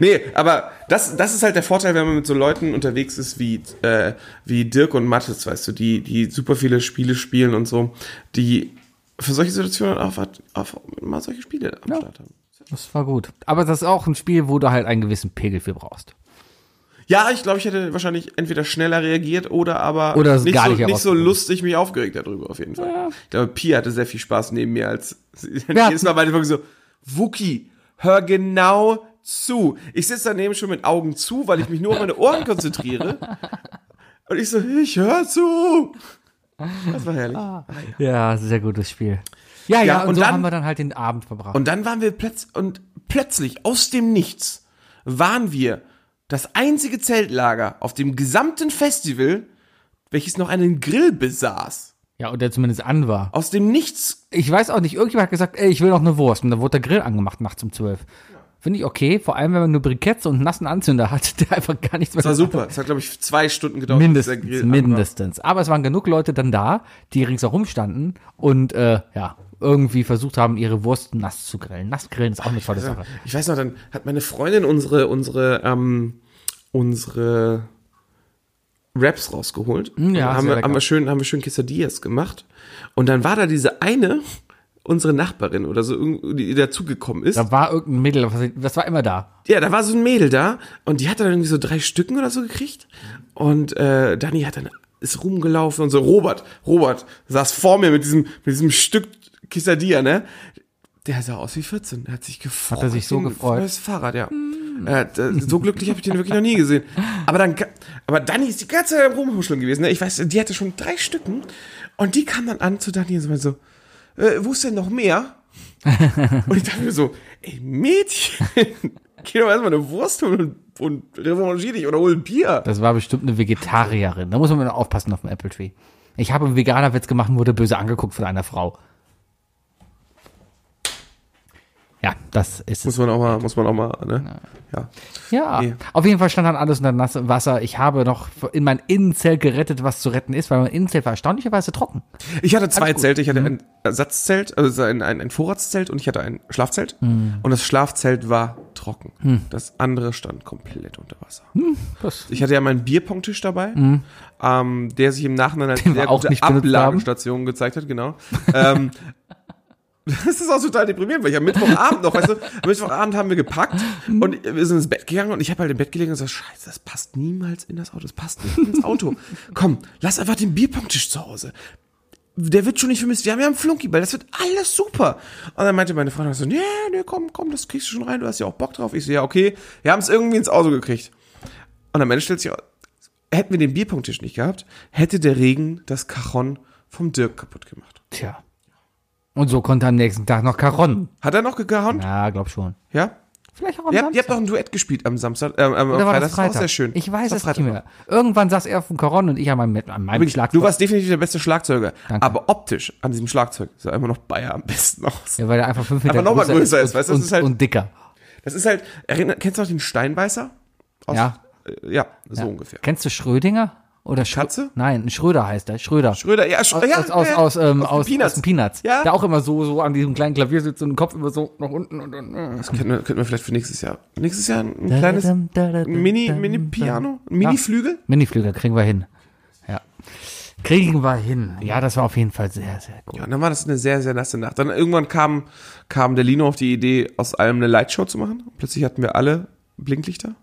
B: nee, aber das, das ist halt der Vorteil, wenn man mit so Leuten unterwegs ist wie, äh, wie Dirk und Mattes, weißt du, die, die super viele Spiele spielen und so, die für solche Situationen auch, auch mal solche Spiele am Start haben.
C: Das war gut. Aber das ist auch ein Spiel, wo du halt einen gewissen Pegel für brauchst.
B: Ja, ich glaube, ich hätte wahrscheinlich entweder schneller reagiert oder aber
C: Oder es
B: nicht,
C: gar
B: so,
C: nicht
B: nicht so
C: herausgefunden.
B: lustig mich aufgeregt darüber, auf jeden Fall. Ich glaube, Pia hatte sehr viel Spaß neben mir, als
C: hatten-
B: jedes Mal meinte ich so, Wookie, hör genau zu. Ich sitze daneben schon mit Augen zu, weil ich mich nur auf meine Ohren konzentriere. Und ich so, ich hör zu. Das war herrlich.
C: Ah. Ja, sehr gutes Spiel. Ja, ja,
B: Ja,
C: und,
B: und
C: so
B: dann-
C: haben wir dann halt den Abend verbracht.
B: Und dann waren wir plötzlich, und plötzlich aus dem Nichts waren wir das einzige Zeltlager auf dem gesamten Festival, welches noch einen Grill besaß.
C: ja, und der zumindest an war.
B: Aus dem Nichts.
C: Ich weiß auch nicht, irgendjemand hat gesagt, ey, ich will noch eine Wurst. Und dann wurde der Grill angemacht nachts um zwölf. Finde ich okay, vor allem wenn man nur Briketts und einen nassen Anzünder hat, der einfach gar nichts mehr
B: Das war super. Das hat, glaube ich, zwei Stunden gedauert. bis der Grill
C: Mindestens,
B: an war.
C: mindestens. Aber es waren genug Leute dann da, die ringsherum standen und äh, ja, irgendwie versucht haben, ihre Wurst nass zu grillen. Nass grillen ist auch eine tolle Sache.
B: Ich weiß noch, dann hat meine Freundin unsere, unsere, ähm, unsere Raps rausgeholt. Und
C: Hm, ja,
B: haben
C: sehr
B: wir,
C: lecker.
B: haben wir schön, haben wir schön Quesadillas gemacht. Und dann war da diese eine, unsere Nachbarin oder so, irgend- die dazugekommen ist.
C: Da war irgendein Mädel, was- das war immer da.
B: Ja, da war so ein Mädel da und die hat dann irgendwie so drei Stücken oder so gekriegt. Und äh, Dani hat dann ist rumgelaufen und so. Robert, Robert saß vor mir mit diesem, mit diesem Stück Quesadilla, ne? Der sah aus wie 14. Der hat sich gefreut.
C: er sich so
B: Ein
C: gefreut?
B: Neues Fahrrad, ja. Äh, d- so glücklich habe ich den wirklich noch nie gesehen. Aber dann, ka- aber Dani ist die ganze Zeit am Rumhuscheln gewesen. Ne? Ich weiß, die hatte schon drei Stücken. Und die kam dann an zu Dani und meinte so, äh, wo ist denn noch mehr? Und ich dachte mir so, ey Mädchen, geh doch erstmal eine Wurst holen und, und revanchier dich oder hol ein Bier.
C: Das war bestimmt eine Vegetarierin. Da muss man nur aufpassen auf dem Apple Tree. Ich habe einen Veganerwitz gemacht und wurde böse angeguckt von einer Frau. Ja, das ist es.
B: Muss man auch mal, muss man auch mal, ne? Ja.
C: Ja,
B: Nee.
C: auf jeden Fall stand dann alles unter nassem Wasser. Ich habe noch in mein Innenzelt gerettet, was zu retten ist, weil mein Innenzelt war erstaunlicherweise trocken.
B: Ich hatte zwei Zelte. Ich hatte
C: Mhm.
B: ein Ersatzzelt, also ein, ein, ein Vorratszelt und ich hatte ein Schlafzelt.
C: Mhm.
B: Und das Schlafzelt war trocken.
C: Hm.
B: Das andere stand komplett unter Wasser.
C: Das
B: Ich hatte ja meinen Bierpongtisch dabei, ähm, der sich im Nachhinein als
C: Hm. Den wir
B: sehr
C: auch
B: gute
C: nicht benutzt
B: Ablagestation gezeigt hat, genau. ähm, das ist auch total deprimierend, weil ich am Mittwochabend noch, weißt du, am Mittwochabend haben wir gepackt
C: Hm.
B: und wir sind ins Bett gegangen und ich habe halt im Bett gelegen und so, scheiße, das passt niemals in das Auto, das passt nicht ins Auto. Komm, lass einfach den Bierpongtisch zu Hause. Der wird schon nicht vermisst. Wir haben ja einen Flunkyball, das wird alles super. Und dann meinte meine Freundin so, nee, nee, komm, komm, das kriegst du schon rein, du hast ja auch Bock drauf. Ich so, ja, okay, wir haben es irgendwie ins Auto gekriegt. Und am Ende stellt sich, hätten wir den Bierpunkttisch nicht gehabt, hätte der Regen das Cajon vom Dirk kaputt gemacht.
C: Tja. Und so konnte am nächsten Tag noch Karotten.
B: Hat er noch gegahnt?
C: Ja, glaub schon.
B: Ja?
C: Vielleicht auch am
B: Ihr habt, ihr habt
C: Samstag.
B: doch ein Duett gespielt am Samstag, ähm, am
C: Oder war
B: Freitag.
C: das
B: war auch
C: Freitag?
B: sehr schön.
C: Ich weiß
B: Das
C: es
B: war
C: nicht
B: Freitag.
C: mehr. Irgendwann saß er auf dem Karon und ich an meinem, an meinem
B: Wirklich,
C: Schlagzeug.
B: du warst definitiv der beste Schlagzeuger.
C: Danke.
B: Aber optisch an diesem Schlagzeug sah immer noch Bayer am besten aus.
C: ja, weil er einfach fünf Meter
B: Aber noch mal größer ist,
C: und,
B: weißt du,
C: und,
B: das ist halt-
C: und dicker.
B: Das ist halt, erinnert, kennst du noch den Steinbeißer? Aus,
C: Ja.
B: Äh, ja, so ungefähr.
C: Kennst du Schrödinger? Oder Schrö
B: Katze?
C: Nein, ein Schröder heißt er. Schröder.
B: Schröder, ja, Sch
C: aus,
B: ja,
C: aus, aus,
B: ja,
C: aus, ähm, aus,
B: den
C: aus den Peanuts.
B: Ja.
C: Der auch immer so, so an diesem kleinen Klavier sitzt und den Kopf immer so nach unten und, und, und.
B: Das könnten wir, könnten wir vielleicht für nächstes Jahr. Nächstes Jahr ein kleines Mini- Mini-Piano? Mini Mini-Flügel?
C: Miniflügel kriegen wir hin. Ja. Kriegen wir hin. Ja, das war auf jeden Fall sehr, sehr gut.
B: Ja, und dann war das eine sehr, sehr nasse Nacht. Dann irgendwann kam, kam der Lino auf die Idee, aus allem eine Lightshow zu machen. Plötzlich hatten wir alle Blinklichter.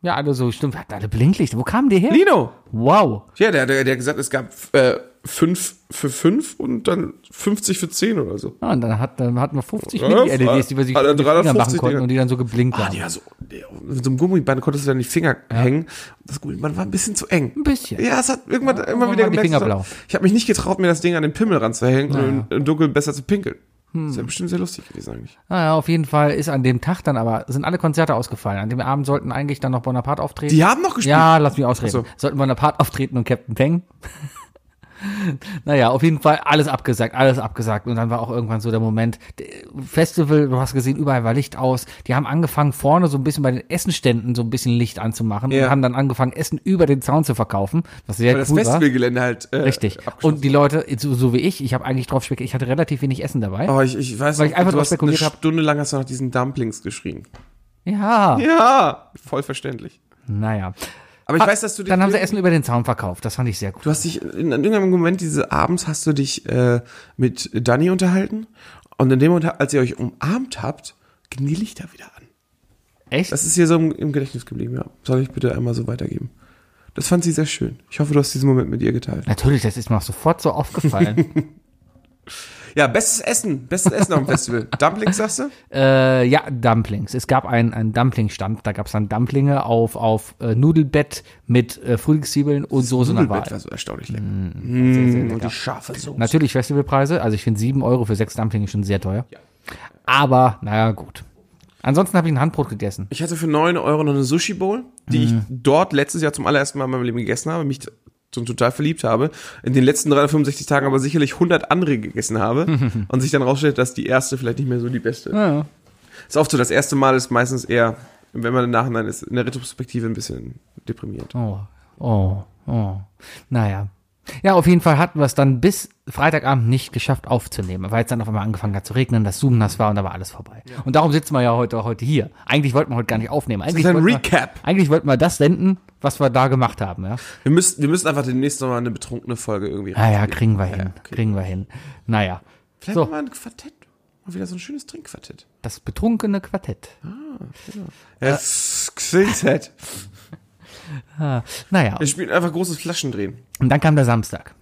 C: Ja, alle so, stimmt, wir hatten alle Blinklichter. Wo kamen die her?
B: Lino!
C: Wow.
B: Ja, der, der, der hat gesagt, es gab äh, fünf für fünf und dann 50 für 10 oder so.
C: Ja, und dann, hat, dann hatten wir 50
B: Ja,
C: Mini-LEDs, die wir sich
B: alle
C: mit den Fingern
B: 350
C: machen konnten
B: Dinger.
C: und die dann so geblinkt
B: Ah,
C: haben.
B: die war so, die- mit so einem Gummiband konntest du dann die Finger hängen. Das Gummiband war ein bisschen zu eng.
C: Ein bisschen.
B: Ja, es hat irgendwann immer
C: irgendwann
B: wieder
C: waren die
B: gemerkt.
C: Finger
B: es hat-
C: blau.
B: Ich habe mich nicht getraut, mir das Ding an den Pimmel ranzuhängen und im, im Dunkeln besser zu pinkeln.
C: Hm.
B: Das wäre bestimmt sehr lustig gewesen eigentlich.
C: Naja, auf jeden Fall ist an dem Tag dann aber, sind alle Konzerte ausgefallen. An dem Abend sollten eigentlich dann noch Bonaparte auftreten.
B: Die haben noch gespielt.
C: Ja, lass mich ausreden.
B: Ach so.
C: Sollten Bonaparte auftreten und Captain Peng? naja, auf jeden Fall alles abgesagt, alles abgesagt. Und dann war auch irgendwann so der Moment, d- Festival, du hast gesehen, überall war Licht aus. Die haben angefangen, vorne so ein bisschen bei den Essenständen so ein bisschen Licht anzumachen
B: Ja.
C: und haben dann angefangen, Essen über den Zaun zu verkaufen, was sehr
B: Weil das
C: cool war.
B: Festivalgelände halt. Äh,
C: Richtig. Und die Leute, so, so wie ich, ich habe eigentlich drauf spekuliert, ich hatte relativ wenig Essen dabei.
B: Oh, ich, ich weiß
C: Weil
B: noch,
C: ich einfach
B: du
C: drauf
B: hast eine
C: spekuliert hab.
B: Stunde lang hast du nach diesen Dumplings geschrien.
C: Ja,
B: Ja, voll verständlich.
C: naja.
B: Aber ich
C: Ah,
B: weiß, dass du dich
C: Dann haben sie Essen über den Zaun verkauft. Das fand ich sehr gut.
B: Du hast dich in irgendeinem Moment diese abends hast du dich äh, mit Dani unterhalten und in dem Moment, als ihr euch umarmt habt, gingen die Lichter wieder an.
C: Echt?
B: Das ist hier so im, im Gedächtnis geblieben, ja. Soll ich bitte einmal so weitergeben? Das fand sie sehr schön. Ich hoffe, du hast diesen Moment mit ihr geteilt.
C: Natürlich, das ist mir auch sofort so aufgefallen.
B: Ja, bestes Essen, bestes Essen auf dem Festival. Dumplings, sagst du?
C: äh, ja, Dumplings. Es gab einen, einen Dumpling-Stand, da gab es dann Dumplinge auf, auf äh, Nudelbett mit äh, Frühlingszwiebeln und Soße nach
B: Nudelbett war
C: Wahl.
B: so erstaunlich lecker. Mm, und die scharfe Soße.
C: Natürlich Festivalpreise, also ich finde 7 Euro für sechs Dumplinge schon sehr teuer. Aber, naja, gut. Ansonsten habe ich ein Handbrot gegessen.
B: Ich hatte für 9 Euro noch eine Sushi Bowl, die ich dort letztes Jahr zum allerersten Mal in meinem Leben gegessen habe, mich schon total verliebt habe, in den letzten 365 Tagen aber sicherlich 100 andere gegessen habe und sich dann rausstellt, dass die erste vielleicht nicht mehr so die beste ist. Ist oft so, das erste Mal ist meistens eher, wenn man im Nachhinein ist, in der Retrospektive ein bisschen deprimiert.
C: Oh, oh, oh. Naja. Ja, auf jeden Fall hatten wir es dann bis Freitagabend nicht geschafft aufzunehmen, weil es dann auf einmal angefangen hat zu regnen, das Zoom nass war und da war alles vorbei. Und darum sitzen wir ja heute, heute hier. Eigentlich wollten wir heute gar nicht aufnehmen. Eigentlich
B: ein
C: wollten wir-
B: Recap.
C: Eigentlich wollten wir das senden, was wir da gemacht haben, ja.
B: Wir müssen, wir müssen einfach demnächst nochmal eine betrunkene Folge irgendwie
C: Ah ja, kriegen wir hin.
B: okay.
C: Kriegen wir hin. Naja.
B: Vielleicht
C: Äh, So.
B: machen wir ein Quartett. Mal wieder so ein schönes Trinkquartett. Äh,
C: Das betrunkene Quartett.
B: Das Quintett.
C: Ah, naja.
B: Wir spielen einfach großes Flaschendrehen.
C: Und dann kam der Samstag.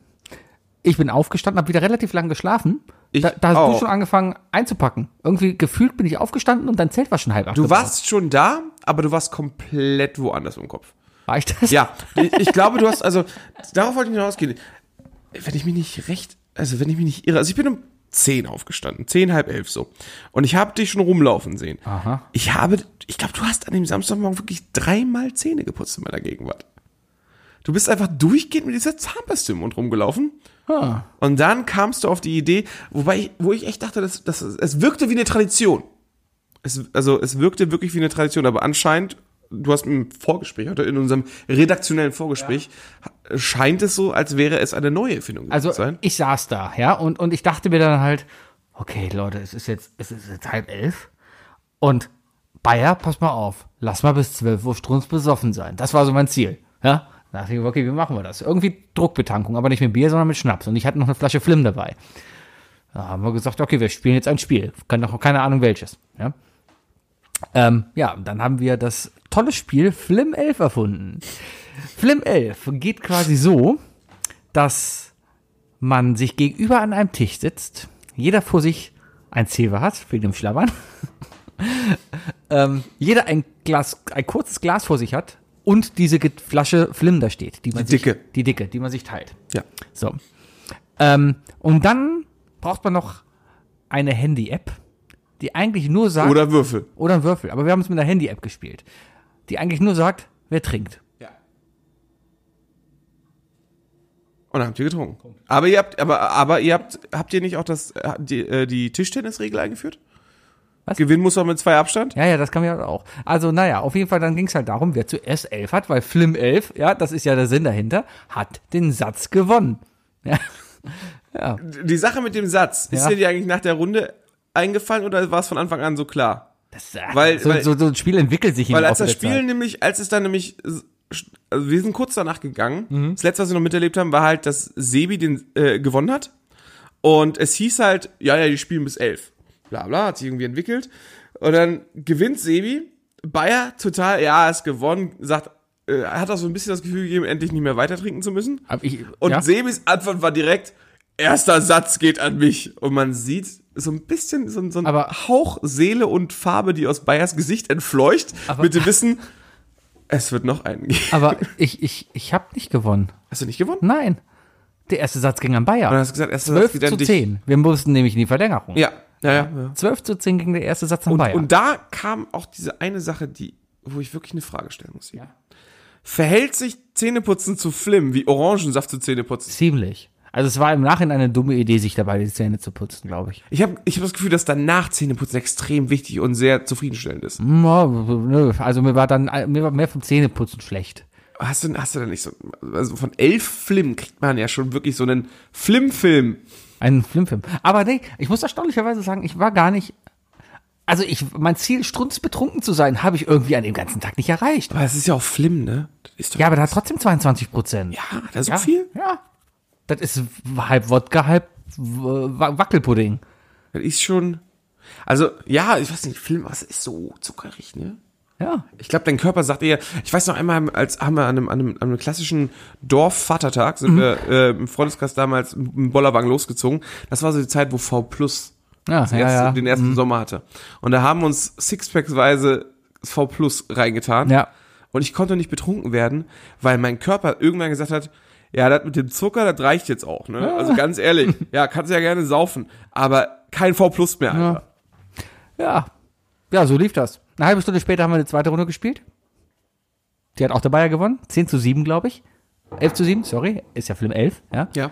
C: Ich bin aufgestanden, habe wieder relativ lang geschlafen.
B: Ich
C: da, da hast
B: auch.
C: du schon angefangen einzupacken. Irgendwie gefühlt bin ich aufgestanden und dein Zelt war schon halb
B: Du
C: abgebaut.
B: warst schon da, aber du warst komplett woanders im Kopf.
C: War ich das?
B: Ja, ich, ich glaube, du hast, also, darauf wollte ich hinausgehen. Wenn ich mich nicht recht, also, wenn ich mich nicht irre, also, ich bin um 10 aufgestanden, 10, halb elf so. Und ich habe dich schon rumlaufen sehen.
C: Aha.
B: Ich habe, ich glaube, du hast an dem Samstagmorgen wirklich dreimal Zähne geputzt in meiner Gegenwart. Du bist einfach durchgehend mit dieser Zahnbürste im Mund rumgelaufen. Und dann kamst du auf die Idee, wobei ich, wo ich echt dachte, dass, dass, es wirkte wie eine Tradition. Es, also es wirkte wirklich wie eine Tradition, aber anscheinend, du hast im Vorgespräch heute in unserem redaktionellen Vorgespräch, ha- scheint es so, als wäre es eine neue Erfindung
C: Also
B: gewesen sein.
C: ich saß da, ja, und, und ich dachte mir dann halt, okay, Leute, es ist jetzt, es ist jetzt halb elf. Und Bayer, pass mal auf, lass mal bis 12 Uhr strunz besoffen sein. Das war so mein Ziel. Ja? Da dachte ich, mir, okay, wie machen wir das? Irgendwie Druckbetankung, aber nicht mit Bier, sondern mit Schnaps. Und ich hatte noch eine Flasche Flim dabei. Da haben wir gesagt, okay, wir spielen jetzt ein Spiel. Kann doch keine Ahnung welches. Ja, ähm, ja und dann haben wir das tolle Spiel Flim 11 erfunden. Flim 11 geht quasi so, dass man sich gegenüber an einem Tisch sitzt, jeder vor sich ein Zewa hat, wegen dem Schlabbern, ähm, jeder ein Glas, ein kurzes Glas vor sich hat und diese Ge- Flasche Flim da steht, die man
B: Die
C: sich,
B: dicke.
C: die dicke, die man sich teilt.
B: Ja.
C: So. Ähm, und dann braucht man noch eine Handy-App, die eigentlich nur sagt,
B: Oder Würfel.
C: oder ein Würfel, aber wir haben es mit einer Handy-App gespielt, die eigentlich nur sagt, wer trinkt.
B: Ja. Und dann habt ihr getrunken. Aber ihr habt, aber, aber ihr habt, habt ihr nicht auch das, äh, die, äh, die Tischtennisregel eingeführt?
C: Was?
B: Gewinnen muss man mit zwei Abstand?
C: Ja, ja, das kann man ja auch. Also, naja, auf jeden Fall, dann ging es halt darum, wer zuerst elf hat, weil Flim 11, ja, das ist ja der Sinn dahinter, hat den Satz gewonnen.
B: Die Sache mit dem Satz, ist
C: Ja.
B: dir die eigentlich nach der Runde eingefallen oder war es von Anfang an so klar?
C: Das,
B: Weil-
C: so,
B: weil-
C: so, so ein Spiel entwickelt sich im
B: Weil als
C: Laufe
B: das
C: der Zeit.
B: Spiel nämlich, als es dann nämlich, also wir sind kurz danach gegangen.
C: Mhm.
B: Das letzte, was wir noch miterlebt haben, war halt, dass Sebi den äh, gewonnen hat. Und es hieß halt, ja, ja, die spielen bis elf. Bla bla, hat sich irgendwie entwickelt. Und dann gewinnt Sebi. Bayer total, ja, ist gewonnen, sagt, äh, hat auch so ein bisschen das Gefühl gegeben, endlich nicht mehr weiter trinken zu müssen.
C: Hab ich-
B: Und
C: ja?
B: Sebis Antwort war direkt, erster Satz geht an mich. Und man sieht so ein bisschen so, ein- so ein
C: Aber-
B: Hauch Seele und Farbe, die aus Bayers Gesicht entfleucht,
C: Aber- Ah.
B: mit dem Wissen, es wird noch einen geben.
C: Aber ich, ich, ich habe nicht gewonnen.
B: Hast du nicht gewonnen? Und
C: Nein. Der erste Satz ging
B: dann
C: an Bayer.
B: hast du gesagt, erster Satz
C: 12
B: geht an
C: zu
B: dich.
C: 10. Wir mussten nämlich in die Verlängerung.
B: Ja, ja, ja. ja.
C: 12 zu 10 ging der erste Satz an
B: Und,
C: Bayer.
B: und da kam auch diese eine Sache, die, wo ich wirklich eine Frage stellen muss. Hier. Verhält sich Zähneputzen zu Flim wie Orangensaft zu Zähneputzen?
C: Ziemlich. Also es war im Nachhinein eine dumme Idee, sich dabei die Zähne zu putzen, glaube ich.
B: Ich habe ich hab das Gefühl, dass danach Zähneputzen extrem wichtig und sehr zufriedenstellend ist.
C: Hm, Ja, nö. Also mir war dann mir war mehr vom Zähneputzen schlecht.
B: Hast du, hast du da nicht so, also von elf Flim kriegt man ja schon wirklich so einen Flim-Film.
C: Ein Filmfilm. Aber nee, ich muss erstaunlicherweise sagen, ich war gar nicht. Also ich, mein Ziel, strunzbetrunken zu sein, habe ich irgendwie an dem ganzen Tag nicht erreicht.
B: Aber es ist ja auch Flim, ne? Das ist doch,
C: Ja, aber da hat trotzdem 22 Prozent.
B: ja, das ist so
C: ja,
B: viel.
C: Ja. Das ist halb Wodka, halb W- Wa- Wackelpudding.
B: Das ist schon, also, ja, ich weiß nicht, Flim, was ist so zuckerig, ne?
C: Ja.
B: Ich glaube, dein Körper sagt eher, ich weiß noch einmal, als haben wir an einem, an einem, an einem klassischen Dorfvatertag,
C: Mhm.
B: sind wir äh, im Freundeskreis damals im Bollerwagen losgezogen. Das war so die Zeit, wo V Plus
C: Ja, Mhm.
B: das erste, den ersten Sommer hatte. Und da haben wir uns Sixpacksweise V Plus reingetan.
C: Ja.
B: Und ich konnte nicht betrunken werden, weil mein Körper irgendwann gesagt hat, ja, das mit dem Zucker, das reicht jetzt auch, ne? Also ganz ehrlich, ja, kannst ja gerne saufen, aber kein V Plus mehr. Alter.
C: Ja. Ja, so lief das. Eine halbe Stunde später haben wir eine zweite Runde gespielt. Die hat auch der Bayer gewonnen. 10 zu 7, glaube ich. 11 zu 7, sorry. Ist ja Film 11, ja.
B: Ja.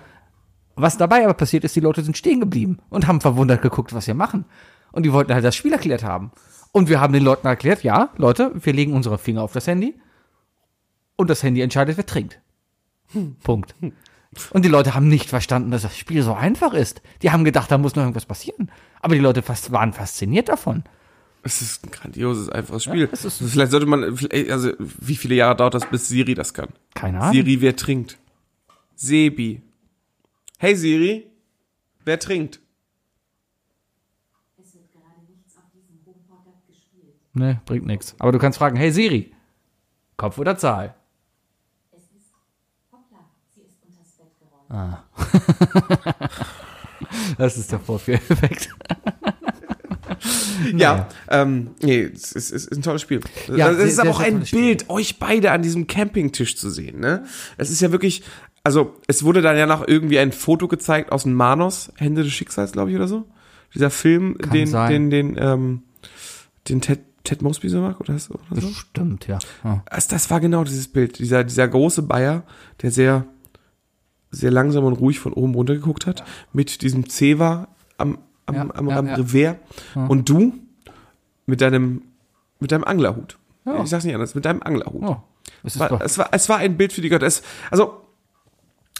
C: Was dabei aber passiert ist, die Leute sind stehen geblieben und haben verwundert geguckt, was wir machen. Und die wollten halt das Spiel erklärt haben. Und wir haben den Leuten erklärt, ja, Leute, wir legen unsere Finger auf das Handy und das Handy entscheidet, wer trinkt. Punkt. Und die Leute haben nicht verstanden, dass das Spiel so einfach ist. Die haben gedacht, da muss noch irgendwas passieren. Aber die Leute fast, waren fasziniert davon.
B: Es ist ein grandioses, einfaches Spiel. Also
C: es ist-
B: vielleicht sollte man, vielleicht- also wie viele Jahre dauert das, bis Siri das kann?
C: Keine Ahnung.
B: Siri, wer trinkt? Sebi. Hey Siri, wer trinkt?
D: Es wird gerade nichts auf diesem Homeporter gespielt.
C: Nee, Ne, bringt nichts. Aber du kannst fragen, hey Siri, Kopf oder Zahl?
D: Es ist. Hoppla, sie ist unters Bett gerollt.
C: Ah. Das ist der Vorführeffekt.
B: Ja, ähm, nee, es ist, es ist ein tolles Spiel.
C: Ja,
B: das
C: sehr,
B: ist aber
C: sehr,
B: auch
C: sehr
B: ein
C: tolles Spiel.
B: Bild, euch beide an diesem Campingtisch zu sehen, ne? Es ist ja wirklich, also, es wurde dann ja noch irgendwie ein Foto gezeigt aus dem Manos, Hände des Schicksals, glaube ich, oder so. Dieser Film, den,
C: sein.
B: den, den, ähm, den Ted, Ted Mosby so mag, oder so? Oder so?
C: Stimmt, ja. ja.
B: Das, das war genau dieses Bild. Dieser, dieser große Bayer, der sehr, sehr langsam und ruhig von oben runter geguckt hat, mit diesem Zewa am, am,
C: Ja,
B: am,
C: ja,
B: am
C: ja.
B: Revers. Und du mit deinem, mit deinem Anglerhut.
C: Ja.
B: Ich sag's nicht anders, mit deinem Anglerhut.
C: Oh, es ist
B: War,
C: doch,
B: es, war, es war ein Bild für die Götter. Es, also,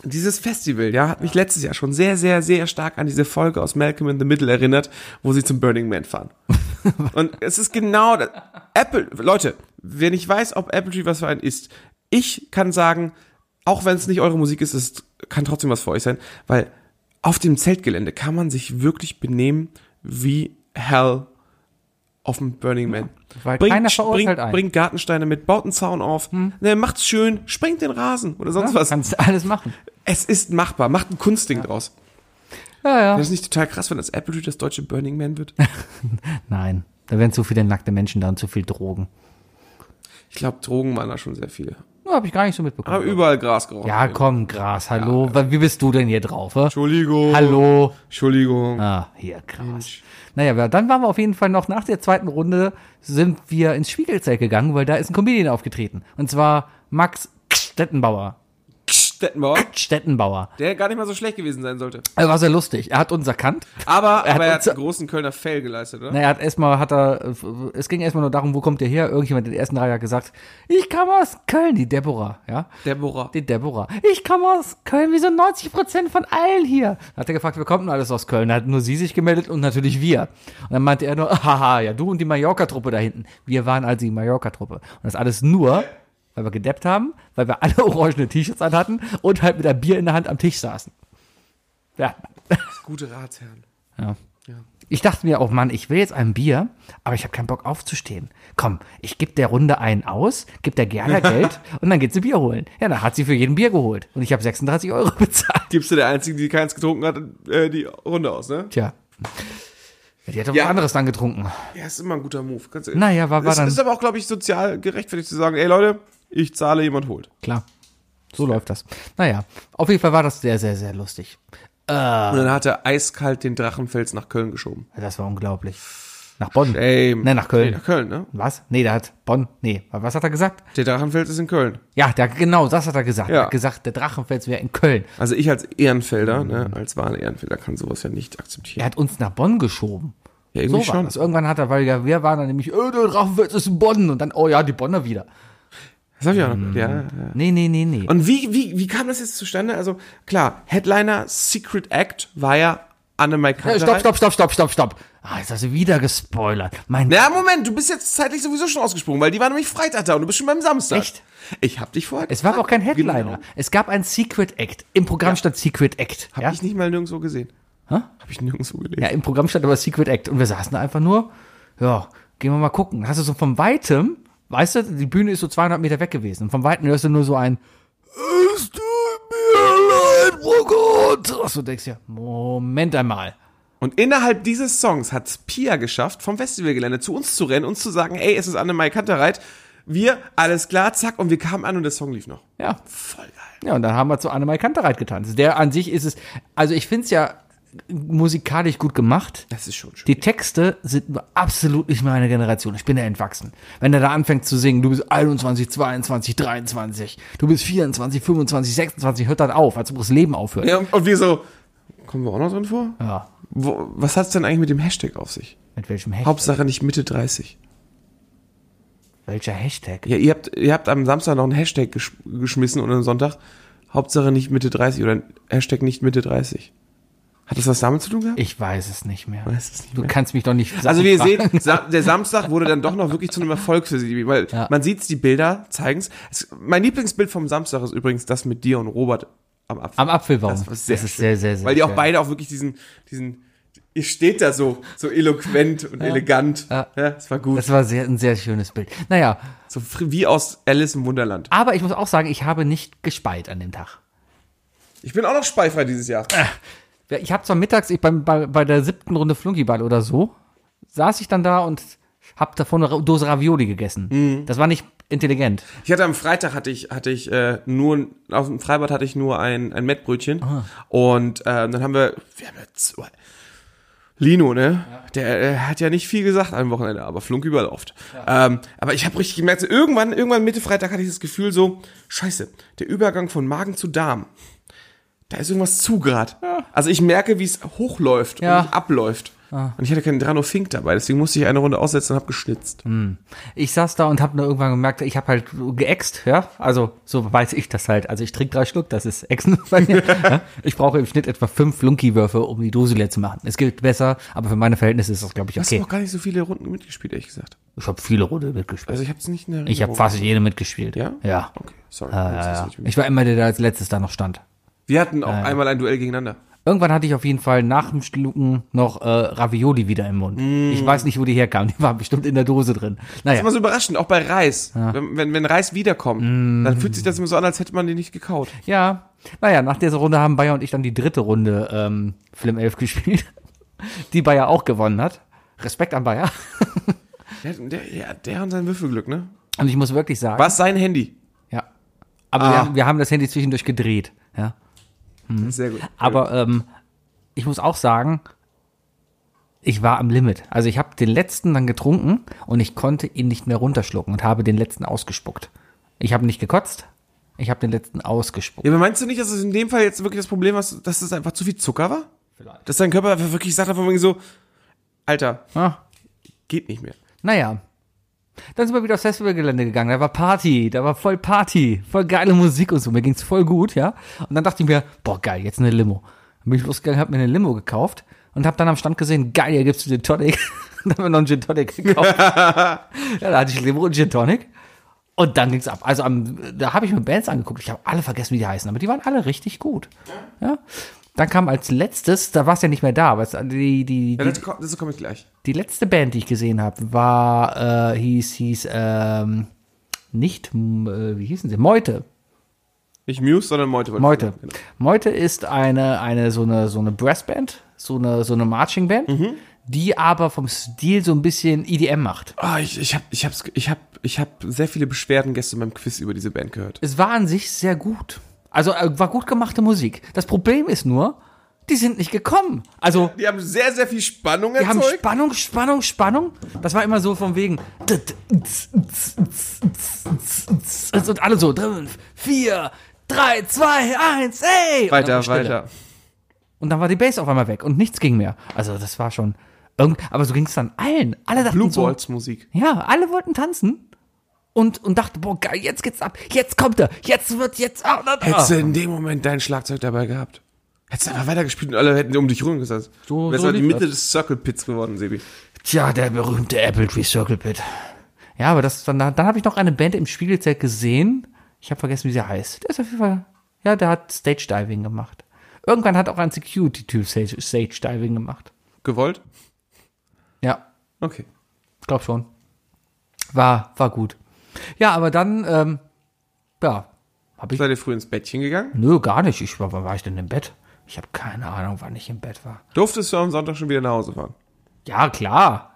B: dieses Festival, ja, hat mich letztes Jahr schon sehr, sehr, sehr stark an diese Folge aus Malcolm in the Middle erinnert, wo sie zum Burning Man fahren. Und es ist genau das. Apple, Leute, wer nicht weiß, ob Apple Tree was für ein ist, ich kann sagen, auch wenn es nicht eure Musik ist, es kann trotzdem was für euch sein, weil auf dem Zeltgelände kann man sich wirklich benehmen wie Hell auf dem Burning Man.
C: weil keiner verurteilt
B: bringt,
C: einen. Hm.
B: bringt Gartensteine mit, baut einen Zaun auf, ne, macht's schön, sprengt den Rasen oder sonst
C: ja,
B: was.
C: kannst alles machen.
B: Es ist machbar, macht ein Kunstding draus.
C: Ja,
B: Das
C: ja.
B: ist nicht total krass, wenn das Apple Tree das deutsche Burning Man wird.
C: Nein, da wären zu viele nackte Menschen da und zu viel Drogen.
B: Ich glaube, Drogen waren da schon sehr viele.
C: Ja, Habe ich gar nicht so mitbekommen.
B: Haben überall Gras gerochen.
C: Ja, komm, Gras, hallo. Wa- Wie bist du denn hier drauf? hä?
B: Entschuldigung.
C: Hallo.
B: Entschuldigung.
C: Ah, hier, Gras. Naja, wa- dann waren wir auf jeden Fall noch nach der zweiten Runde, sind wir ins Spiegelzelt gegangen, weil da ist ein Comedian aufgetreten. Und zwar Max Stettenbauer.
B: Stettenbauer,
C: Stettenbauer.
B: der gar nicht mal so schlecht gewesen sein sollte.
C: Er war sehr lustig. Er hat uns erkannt.
B: Aber
C: Er
B: er
C: hat
B: aber er hat
C: uns- Ne.
B: einen großen Kölner Fail geleistet, oder?
C: Na, er hat erstmal, hat er, es ging erstmal nur darum, wo kommt der her? Irgendjemand in der ersten Reihe hat gesagt, ich kam aus Köln, die Deborah, ja.
B: Deborah.
C: Die Deborah. Ich komme aus Köln, wie so 90 Prozent von allen hier. Dann hat er gefragt, wir kommen denn alles aus Köln? Da hat nur sie sich gemeldet und natürlich wir. Und dann meinte er nur, haha, ja, du und die Mallorca-Truppe da hinten. Wir waren also die Mallorca-Truppe. Und das alles nur, weil wir gedeppt haben, weil wir alle orangene T-Shirts anhatten und halt mit einem Bier in der Hand am Tisch saßen. Ja,
B: Gute Ratsherren.
C: ich dachte mir, oh Mann, ich will jetzt ein Bier, aber ich habe keinen Bock aufzustehen. Komm, ich gebe der Runde einen aus, gebe der Gerda Geld und dann geht sie Bier holen. Ja, dann hat sie für jeden Bier geholt und ich habe 36 Euro bezahlt.
B: Gibst du der Einzigen, die keins getrunken hat, äh, die Runde aus, ne?
C: Tja. Die hat doch
B: Ja.
C: was anderes dann getrunken.
B: Ja, ist immer ein guter Move. Ganz ehrlich.
C: Naja, war, war
B: Es
C: dann.
B: ist aber auch, glaube ich, sozial gerechtfertigt zu sagen, ey Leute, ich zahle, jemand holt.
C: Klar. So läuft das. Naja, auf jeden Fall war das sehr, sehr, sehr lustig. Äh,
B: Und dann hat er eiskalt den Drachenfels nach Köln geschoben.
C: Das war unglaublich. Nach Bonn.
B: Shame.
C: Nein, nach Köln.
B: Nee, nach Köln, ne?
C: Was? Nee, der hat Bonn. Nee, was hat er gesagt?
B: Der Drachenfels ist in Köln.
C: Ja, der, genau, das hat er gesagt.
B: Ja.
C: Er hat gesagt, der Drachenfels wäre in Köln.
B: Also ich als Ehrenfelder,
C: Mhm.
B: ne, als wahrer Ehrenfelder kann sowas ja nicht akzeptieren.
C: Er hat uns nach Bonn geschoben.
B: Ja,
C: So
B: irgendwie
C: war
B: schon.
C: das. Irgendwann hat er, weil ja, wir waren dann nämlich, äh, der Drachenfels ist in Bonn. Und dann, oh ja, die Bonner wieder.
B: Das hab ich auch
C: Mhm.
B: noch. Ja, ja, ja.
C: Nee, nee, nee, nee.
B: Und wie, wie, wie kam das jetzt zustande? Also, klar, Headliner Secret Act war ja Annemai
C: Äh,
B: Kantereit.
C: stopp, stopp, stopp, stopp, stopp, stopp. Ah, jetzt hast du wieder gespoilert. Mein
B: Na, Moment, du bist jetzt zeitlich sowieso schon ausgesprungen, weil die war nämlich Freitag da und du bist schon beim Samstag.
C: Echt?
B: Ich hab dich vorher
C: Es war aber auch kein Headliner.
B: Genau.
C: Es gab ein Secret Act. Im Programm stand Secret Act.
B: Hab
C: Ja?
B: ich nicht mal nirgendwo gesehen. Hä? Hab ich nirgendwo gelesen.
C: ja, im Programm stand aber Secret Act. Und wir saßen da einfach nur, ja, gehen wir mal gucken. Hast du so von Weitem, weißt du, die Bühne ist so 200 Meter weg gewesen. Und von Weitem hörst du nur so ein, es tut mir leid, oh Gott. Und du denkst ja, Moment einmal.
B: Und innerhalb dieses Songs hat's Pia geschafft, vom Festivalgelände zu uns zu rennen, uns zu sagen, ey, es ist Annemai Kantereit. Wir, alles klar, zack, und wir kamen an und der Song lief noch.
C: Ja,
B: Voll geil.
C: Ja, und dann haben wir zu Annemai Kantereit getanzt. Der an sich ist es, also ich find's ja musikalisch gut gemacht.
B: Das ist schon schön.
C: Die Texte sind absolut nicht meine Generation. Ich bin da entwachsen. Wenn er da anfängt zu singen, du bist 21, 22, 23, du bist 24, 25, 26, hört dann auf, als ob das Leben aufhört.
B: ja, und, und wir so, kommen wir auch noch drin vor?
C: Ja.
B: Wo, was hat's denn eigentlich mit dem Hashtag auf sich?
C: Mit welchem Hashtag?
B: Hauptsache nicht Mitte 30.
C: Welcher Hashtag?
B: Ja, ihr habt, ihr habt am Samstag noch einen Hashtag gesch geschmissen oder am Sonntag. Hauptsache nicht Mitte 30 oder Hashtag nicht Mitte 30. Hat das was damit zu tun gehabt?
C: Ich weiß es nicht mehr.
B: Weiß es nicht
C: du
B: mehr.
C: kannst mich doch nicht
B: Also wie ihr
C: fragen.
B: seht, Sa der Samstag wurde dann doch noch wirklich zu einem Erfolg für sie, weil
C: Ja.
B: man sieht's, die Bilder zeigen's. es. Mein Lieblingsbild vom Samstag ist übrigens das mit dir und Robert am Apfel.
C: Am Apfelbaum.
B: Das, war sehr
C: Das ist
B: schön,
C: sehr, sehr, sehr
B: Weil die auch
C: schön.
B: beide auch wirklich diesen, diesen, ihr steht da so, so eloquent und elegant. Ja.
C: Ja.
B: das war gut.
C: Das war sehr, ein sehr schönes Bild. Naja,
B: so fr- wie aus Alice im Wunderland.
C: aber ich muss auch sagen, ich habe nicht gespeit an dem Tag.
B: Ich bin auch noch speifrei dieses Jahr.
C: Ja, Ich habe zwar mittags, ich beim, bei, bei der siebten Runde Flunkyball oder so, saß ich dann da und habe davon eine Ra- Dose Ravioli gegessen.
B: Mhm.
C: Das war nicht intelligent.
B: Ich hatte am Freitag hatte ich hatte ich äh, nur ein- auf dem Freibad hatte ich nur ein ein Mettbrötchen und ähm, dann haben wir wir haben jetzt oh, Lino ne der äh, hat ja nicht viel gesagt am Wochenende aber flunk überlauft ähm, aber ich habe richtig gemerkt so irgendwann irgendwann Mitte Freitag hatte ich das Gefühl so Scheiße der Übergang von Magen zu Darm da ist irgendwas zu grad also ich merke wie es hochläuft
C: Ja.
B: und nicht abläuft und ich hatte keinen Dranofink dabei deswegen musste ich eine Runde aussetzen und habe geschnitzt
C: Ich saß da und habe nur irgendwann gemerkt, ich habe halt geäxt, ja. Also so weiß ich das halt. Also ich trinke drei Schluck, das ist Ächzen bei mir. ja? Ich brauche im Schnitt etwa fünf Flunky-Würfe, um die Dose leer zu machen. Es gilt besser, aber für meine Verhältnisse ist das, glaube ich,
B: Du hast okay.
C: okay.
B: noch gar nicht so viele Runden mitgespielt ehrlich gesagt
C: Ich habe viele Runde mitgespielt.
B: also ich habe es nicht in der
C: Ich habe fast jede mitgespielt.
B: Ja?
C: Ja.
B: Okay, sorry.
C: Ja,
B: Das
C: ja,
B: ist
C: ja.
B: nicht möglich.
C: Ich war immer der, der als letztes da noch stand.
B: Wir hatten auch einmal ein Duell gegeneinander.
C: Irgendwann hatte ich auf jeden Fall nach dem Schlucken noch äh, Ravioli wieder im Mund. Ich weiß nicht, wo die herkamen. Die waren bestimmt in der Dose drin.
B: Das ist immer
C: Naja,
B: so überraschend, auch bei Reis. Wenn, wenn, wenn Reis wiederkommt,
C: Mm.
B: dann fühlt sich das immer so an, als hätte man den nicht gekaut.
C: ja. Naja, nach dieser Runde haben Bayer und ich dann die dritte Runde ähm, Flim 11 gespielt, die Bayer auch gewonnen hat. Respekt an Bayer.
B: Der, der, ja, der und sein Würfelglück, ne?
C: Und ich muss wirklich sagen,
B: Was sein Handy?
C: ja. Aber wir, haben, wir haben das Handy zwischendurch gedreht. Ja.
B: Sehr gut.
C: Mhm. Aber ähm, ich muss auch sagen, ich war am Limit. Also ich habe den letzten dann getrunken und ich konnte ihn nicht mehr runterschlucken und habe den letzten ausgespuckt. Ich habe nicht gekotzt, ich habe den letzten ausgespuckt.
B: Ja, aber meinst du nicht, dass es in dem Fall jetzt wirklich das Problem war, dass es einfach zu viel Zucker war?
C: Vielleicht.
B: Dass dein Körper einfach wirklich sagt, einfach so, Alter,
C: Ah,
B: geht nicht mehr.
C: naja. Dann sind wir wieder aufs Festivalgelände gegangen. Da war Party, da war voll Party, voll geile Musik und so. Mir ging's voll gut, ja. Und dann dachte ich mir, boah, geil, jetzt eine Limo. Dann bin ich losgegangen, habe mir eine Limo gekauft und habe dann am Stand gesehen, geil, hier gibt's Gin Tonic. dann haben wir noch einen Gin Tonic gekauft. ja, da hatte ich Limo und Gin Tonic. Und dann ging's ab. Also am, da habe ich mir Bands angeguckt. Ich habe alle vergessen, wie die heißen, aber die waren alle richtig gut. Ja. Dann kam als letztes, da war's ja nicht mehr da, aber es, die, die, die,
B: Ja, das, ko- das komme ich gleich.
C: die letzte Band, die ich gesehen habe, war, äh, hieß, hieß, ähm, nicht, m- äh, wie hießen sie? Meute.
B: Nicht Muse, sondern Meute. wollte ich
C: Meute.
B: sagen. Genau.
C: Meute ist eine, eine, so eine, so eine Brassband, so eine, so eine Marching Band, die aber vom Stil so ein bisschen EDM macht.
B: Ah, ich, ich habe ich hab's, ich hab, ich hab sehr viele Beschwerden gestern beim Quiz über diese Band gehört.
C: Es war an sich sehr gut. Also, äh, war gut gemachte Musik. Das Problem ist nur, die sind nicht gekommen. Also,
B: Die haben sehr, sehr viel Spannung
C: Wir haben
B: erzeugt.
C: Spannung, Spannung, Spannung. Das war immer so von wegen. Und alle so. Fünf, vier, drei, zwei, eins, ey! Und dann war
B: Weiter,
C: Stille.
B: weiter.
C: Und dann war die Base auf einmal weg und nichts ging mehr. Also, das war schon. Irgend, aber so ging es dann allen. Alle dachten
B: Blue
C: so,
B: Balls Musik.
C: Ja, alle wollten tanzen. Und, und dachte, boah, geil, jetzt geht's ab. Jetzt kommt er. Jetzt wird jetzt. Ah, ah, ah.
B: Hättest du in dem Moment dein Schlagzeug dabei gehabt? Hättest du einfach weitergespielt und alle hätten um dich rumgesetzt.
C: So-
B: Wärst
C: so
B: du halt die
C: lief
B: Mitte des Circle Pits geworden, Sebi.
C: Tja, der berühmte Apple Tree Circle Pit. Ja, aber das dann, dann habe ich noch eine Band im Spiegelzelt gesehen. Ich habe vergessen, wie sie heißt. Der ist auf jeden Fall. Ja, der hat Stage Diving gemacht. Irgendwann hat auch ein Security-Typ Stage, Stage Diving gemacht.
B: Gewollt?
C: Ja,
B: Okay.
C: ich glaube schon. War, war gut. Ja, aber dann, ähm, ja, habe ich.
B: Seid ihr früh ins Bettchen gegangen?
C: Nö, gar nicht. Ich war, wann war ich denn im Bett? Ich habe keine Ahnung, wann ich im Bett war.
B: Durftest du am Sonntag schon wieder nach Hause fahren?
C: Ja, klar.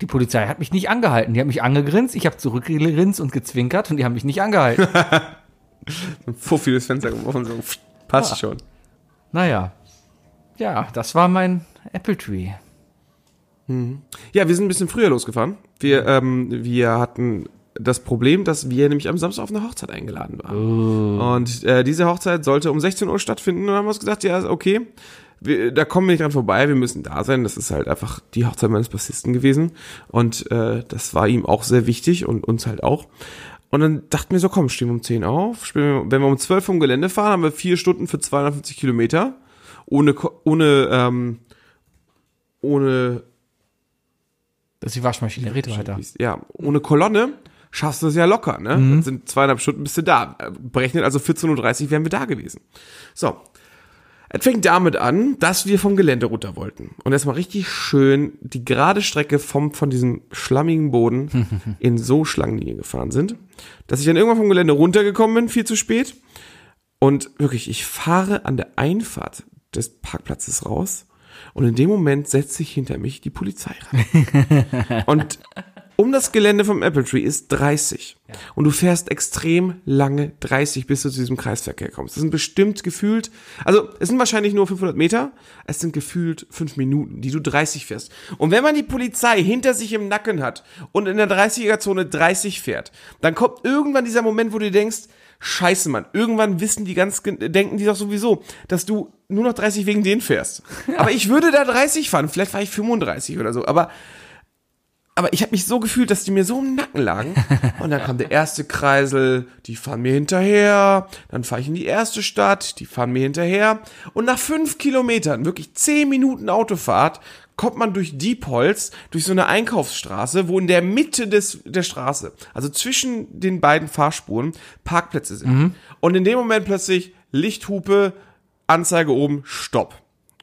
C: Die Polizei hat mich nicht angehalten. Die hat mich angegrinst, ich habe zurückgegrinst und gezwinkert und die haben mich nicht angehalten.
B: Ein Fuffi durchs Fenster Ah. geworfen, so pff, passt schon.
C: Naja. Ja, das war mein Apple Tree.
B: Ja, wir sind ein bisschen früher losgefahren. Wir, ähm, wir hatten das Problem, dass wir nämlich am Samstag auf eine Hochzeit eingeladen waren. Und äh, diese Hochzeit sollte um 16 Uhr stattfinden. Und dann haben wir uns gesagt, ja, okay, wir, da kommen wir nicht dran vorbei, wir müssen da sein. Das ist halt einfach die Hochzeit meines Bassisten gewesen. Und äh, das war ihm auch sehr wichtig und uns halt auch. Und dann dachten wir so, komm, stehen wir um 10 auf. Spielen wir, wenn wir um 12 vom Gelände fahren, haben wir vier Stunden für 250 Kilometer. Ohne, Ko- ohne, ähm, ohne
C: Das ist die Waschmaschine, red weiter.
B: ja, ohne Kolonne schaffst du es ja locker, ne? Dann sind zweieinhalb Stunden bist du da. Berechnet also 14.30 Uhr wären wir da gewesen. So. Es fängt damit an, dass wir vom Gelände runter wollten. Und erstmal richtig schön die gerade Strecke vom, von diesem schlammigen Boden in so Schlangenlinie gefahren sind, dass ich dann irgendwann vom Gelände runtergekommen bin, viel zu spät. Und wirklich, ich fahre an der Einfahrt des Parkplatzes raus und in dem Moment setzt sich hinter mich die Polizei ran. und um das Gelände vom Apple Tree ist 30. Und du fährst extrem lange 30, bis du zu diesem Kreisverkehr kommst. Das sind bestimmt gefühlt, also es sind wahrscheinlich nur 500 Meter, es sind gefühlt 5 Minuten, die du 30 fährst. Und wenn man die Polizei hinter sich im Nacken hat und in der 30er-Zone 30 fährt, dann kommt irgendwann dieser Moment, wo du dir denkst, Scheiße, Mann. Irgendwann wissen die ganz, gen- denken die doch sowieso, dass du nur noch 30 wegen denen fährst. Aber ich würde da 30 fahren. Vielleicht war ich 35 oder so. Aber, aber ich habe mich so gefühlt, dass die mir so im Nacken lagen. Und dann kam der erste Kreisel, die fahren mir hinterher. Dann fahre ich in die erste Stadt, die fahren mir hinterher. Und nach fünf Kilometern, wirklich zehn Minuten Autofahrt, kommt man durch Diepholz, durch so eine Einkaufsstraße, wo in der Mitte des, der Straße, also zwischen den beiden Fahrspuren, Parkplätze sind. Und in dem Moment plötzlich Lichthupe, Anzeige oben, Stopp.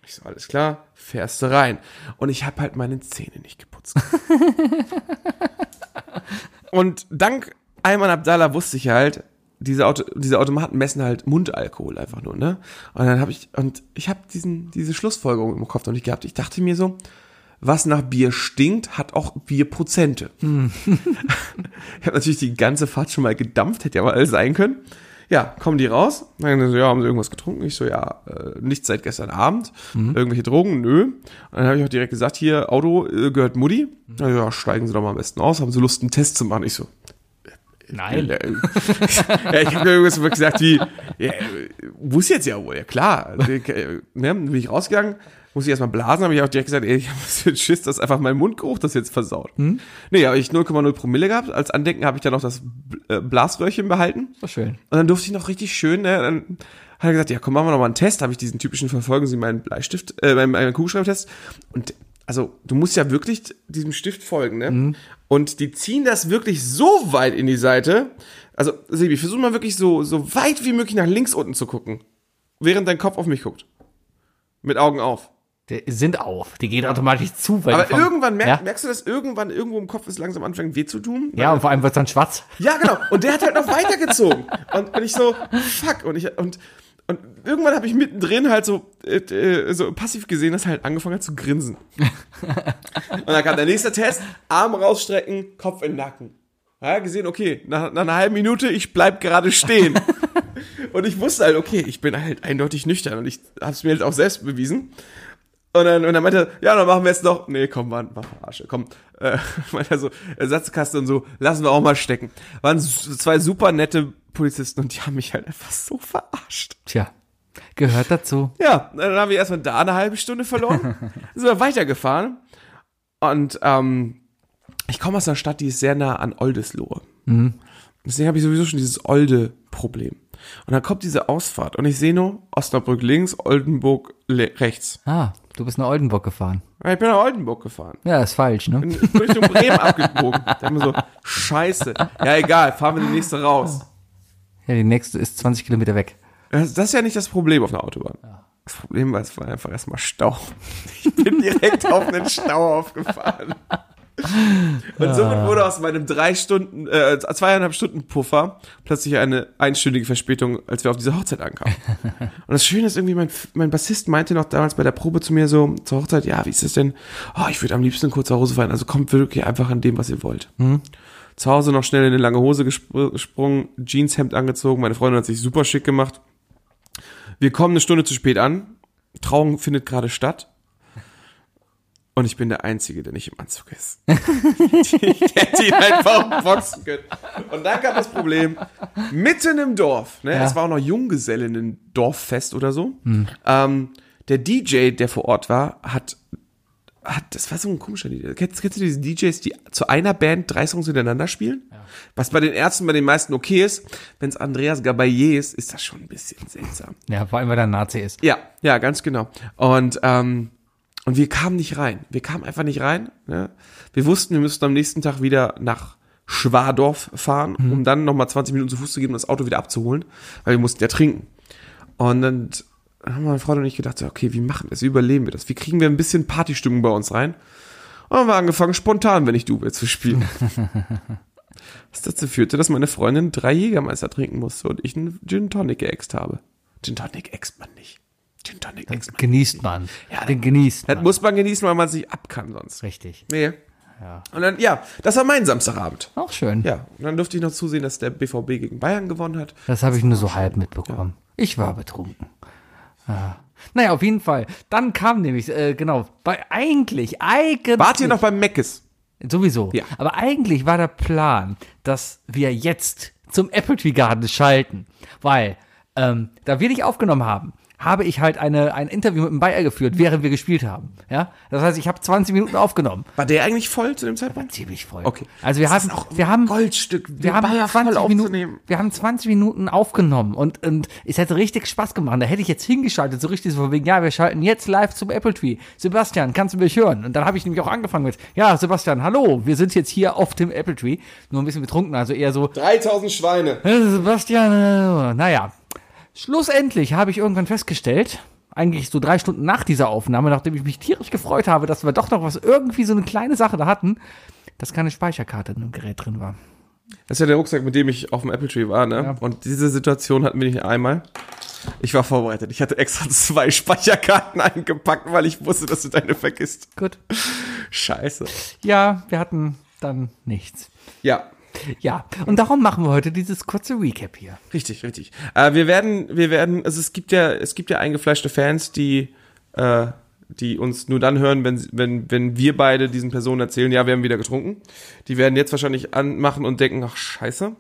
B: Ich so, alles klar, fährst du rein. Und ich habe halt meine Zähne nicht geputzt. Und dank Ayman Abdallah wusste ich halt, diese, Auto, diese Automaten messen halt Mundalkohol einfach nur, ne? Und dann habe ich, und ich habe diesen, diese Schlussfolgerung im Kopf noch nicht gehabt. Ich dachte mir so, was nach Bier stinkt, hat auch Bierprozente. ich habe natürlich die ganze Fahrt schon mal gedampft, hätte ja mal alles sein können. Ja, kommen die raus? Dann so, ja, haben sie irgendwas getrunken? Ich so, ja, äh, nichts seit gestern Abend. Irgendwelche Drogen? Nö. Und dann habe ich auch direkt gesagt, hier, Auto äh, gehört Mutti. Na Ja, steigen sie doch mal am besten aus. Haben sie Lust, einen Test zu machen? Ich so,
C: Nein.
B: ja, äh, ja, ich habe irgendwas gesagt wie, ja, wusste jetzt ja wohl, ja klar. Also, äh, Ne, bin ich rausgegangen, muss ich erstmal blasen, habe ich auch direkt gesagt, ey, ich habe so einen Schiss, dass einfach mein Mundgeruch das jetzt versaut. Nee, habe ich 0,0 Promille gehabt. Als Andenken habe ich dann noch das äh, Blasröhrchen behalten.
C: So schön.
B: Und dann durfte ich noch richtig schön, ne, dann hat er gesagt, ja komm, machen wir noch mal einen Test. Habe ich diesen typischen Verfolgen Sie meinen Bleistift, äh, meinen, meinen Kugelschreibtest. Und also du musst ja wirklich diesem Stift folgen, ne? Und die ziehen das wirklich so weit in die Seite. Also Sebi, versuch mal wirklich so, so weit wie möglich nach links unten zu gucken. Während dein Kopf auf mich guckt. Mit Augen auf.
C: Die sind auf. Die gehen automatisch zu. Weil
B: Aber
C: die vom-
B: irgendwann merk,
C: ja?
B: merkst du, dass irgendwann irgendwo im Kopf es langsam anfängt weh zu tun.
C: Ja, und vor allem wird's dann schwarz.
B: Ja, genau. Und der hat halt noch weitergezogen. Und, und ich so, fuck. Und ich, und, und irgendwann habe ich mittendrin halt so, äh, äh, so passiv gesehen, dass er halt angefangen hat zu grinsen. Und dann kam der nächste Test, Arm rausstrecken, Kopf in den Nacken. Ja, gesehen, okay, nach, nach einer halben Minute, ich bleib gerade stehen. und ich wusste halt, okay, ich bin halt eindeutig nüchtern und ich hab's mir jetzt auch selbst bewiesen. Und dann, und dann meinte er, ja, dann machen wir jetzt noch, nee, komm, Mann, mach Arsche, komm. Äh, meinte er so, Ersatzkasten und so, lassen wir auch mal stecken. Waren s- zwei super nette Polizisten und die haben mich halt einfach so verarscht.
C: Tja, gehört dazu.
B: Ja, dann haben wir erstmal da eine halbe Stunde verloren. Dann sind wir weitergefahren. Und ähm, ich komme aus einer Stadt, die ist sehr nah an Oldesloe. Deswegen habe ich sowieso schon dieses Olde-Problem. Und dann kommt diese Ausfahrt und ich sehe nur Osnabrück links, Oldenburg le- rechts.
C: Ah, du bist nach Oldenburg gefahren.
B: Ja, Ich bin nach Oldenburg gefahren.
C: Ja, ist falsch, ne?
B: Bin Richtung Bremen abgebogen. Da haben wir so, scheiße. Ja, egal, fahren wir die nächste raus.
C: Ja, die nächste ist 20 Kilometer weg.
B: Das, das ist ja nicht das Problem auf einer Autobahn. Das Problem war, es war einfach erstmal Stau. Ich bin direkt auf einen Stau aufgefahren. Und somit wurde aus meinem drei Stunden, äh, zweieinhalb Stunden Puffer plötzlich eine einstündige Verspätung, als wir auf diese Hochzeit ankamen. Und das Schöne ist irgendwie, mein, mein Bassist meinte noch damals bei der Probe zu mir so zur Hochzeit, ja, wie ist das denn? Oh, ich würde am liebsten in kurzer Hose fahren. Also kommt wirklich einfach an dem, was ihr wollt. Zu Hause noch schnell in eine lange Hose gespr- gesprungen, Jeanshemd angezogen. Meine Freundin hat sich super schick gemacht. Wir kommen eine Stunde zu spät an. Trauung findet gerade statt. Und ich bin der Einzige, der nicht im Anzug ist. ich hätte ihn einfach boxen können. Und dann gab das Problem, mitten im Dorf, ne, es war auch noch Junggesellinnen-Dorffest oder so, ähm, der DJ, der vor Ort war, hat, hat das war so ein komischer DJ. Kennst, kennst du diese DJs, die zu einer Band drei Songs hintereinander spielen? Was bei den Ärzten bei den meisten okay ist. Wenn es Andreas Gabayé ist, ist das schon ein bisschen seltsam.
C: Ja, vor allem, weil er ein Nazi ist.
B: Ja, ja, ganz genau. Und, ähm, und wir kamen nicht rein. Wir kamen einfach nicht rein. Ne? Wir wussten, wir müssten am nächsten Tag wieder nach Schwadorf fahren, um dann nochmal 20 Minuten zu Fuß zu gehen, um das Auto wieder abzuholen, weil wir mussten ja trinken. Und dann haben meine Freunde und ich gedacht, so, okay, wie machen wir das? Wie überleben wir das? Wie kriegen wir ein bisschen Partystimmung bei uns rein? Und dann haben wir angefangen, spontan, wenn ich du willst, zu spielen. Was dazu führte, dass meine Freundin drei Jägermeister trinken musste und ich einen Gin Tonic geäxt habe. Gin Tonic äxt man nicht. Gin Tonic äxt man.
C: Genießt man.
B: Ja,
C: den genießt
B: Das
C: man.
B: muss man genießen, weil man es nicht ab kann sonst.
C: Richtig.
B: Nee. Und dann, ja, das war mein Samstagabend.
C: Auch schön.
B: Ja, und dann durfte ich noch zusehen, dass der BVB gegen Bayern gewonnen hat.
C: Das habe ich nur so halb mitbekommen. Ich war betrunken. Ja. Naja, auf jeden Fall. Dann kam nämlich, äh, genau, bei eigentlich, eigentlich.
B: Wart ihr noch beim Meckes?
C: Sowieso.
B: Ja.
C: Aber eigentlich war der Plan, dass wir jetzt zum Apple Tree Garden schalten. Weil, ähm, da wir dich aufgenommen haben, habe ich halt eine, ein Interview mit dem Bayer geführt, während wir gespielt haben. Ja? Das heißt, ich habe 20 Minuten aufgenommen.
B: War der eigentlich voll zu dem Zeitpunkt?
C: Ziemlich voll.
B: Okay.
C: Also wir haben, wir haben,
B: Goldstück,
C: wir haben,
B: Bayer
C: 20
B: voll
C: Minuten,
B: aufzunehmen.
C: wir haben 20 Minuten aufgenommen und, und es hätte richtig Spaß gemacht. Da hätte ich jetzt hingeschaltet, so richtig so von wegen, ja, wir schalten jetzt live zum Apple Tree. Sebastian, kannst du mich hören? Und dann habe ich nämlich auch angefangen mit, ja, Sebastian, hallo, wir sind jetzt hier auf dem Apple Tree. Nur ein bisschen betrunken, also eher so,
B: 3000 Schweine.
C: äh, Sebastian, äh, naja. Schlussendlich habe ich irgendwann festgestellt, eigentlich so drei Stunden nach dieser Aufnahme, nachdem ich mich tierisch gefreut habe, dass wir doch noch was irgendwie so eine kleine Sache da hatten, dass keine Speicherkarte in dem Gerät drin war.
B: Das ist ja der Rucksack, mit dem ich auf dem Apple Tree war, ne? Und diese Situation hatten wir nicht einmal. Ich war vorbereitet. Ich hatte extra zwei Speicherkarten eingepackt, weil ich wusste, dass du deine vergisst.
C: Gut.
B: Scheiße.
C: Ja, wir hatten dann nichts.
B: Ja,
C: Ja, und darum machen wir heute dieses kurze Recap hier.
B: Richtig, richtig. Äh, wir werden, wir werden, also es gibt ja, es gibt ja eingefleischte Fans, die, äh, die uns nur dann hören, wenn, sie- wenn, wenn wir beide diesen Personen erzählen, ja, wir haben wieder getrunken. Die werden jetzt wahrscheinlich anmachen und denken, ach scheiße.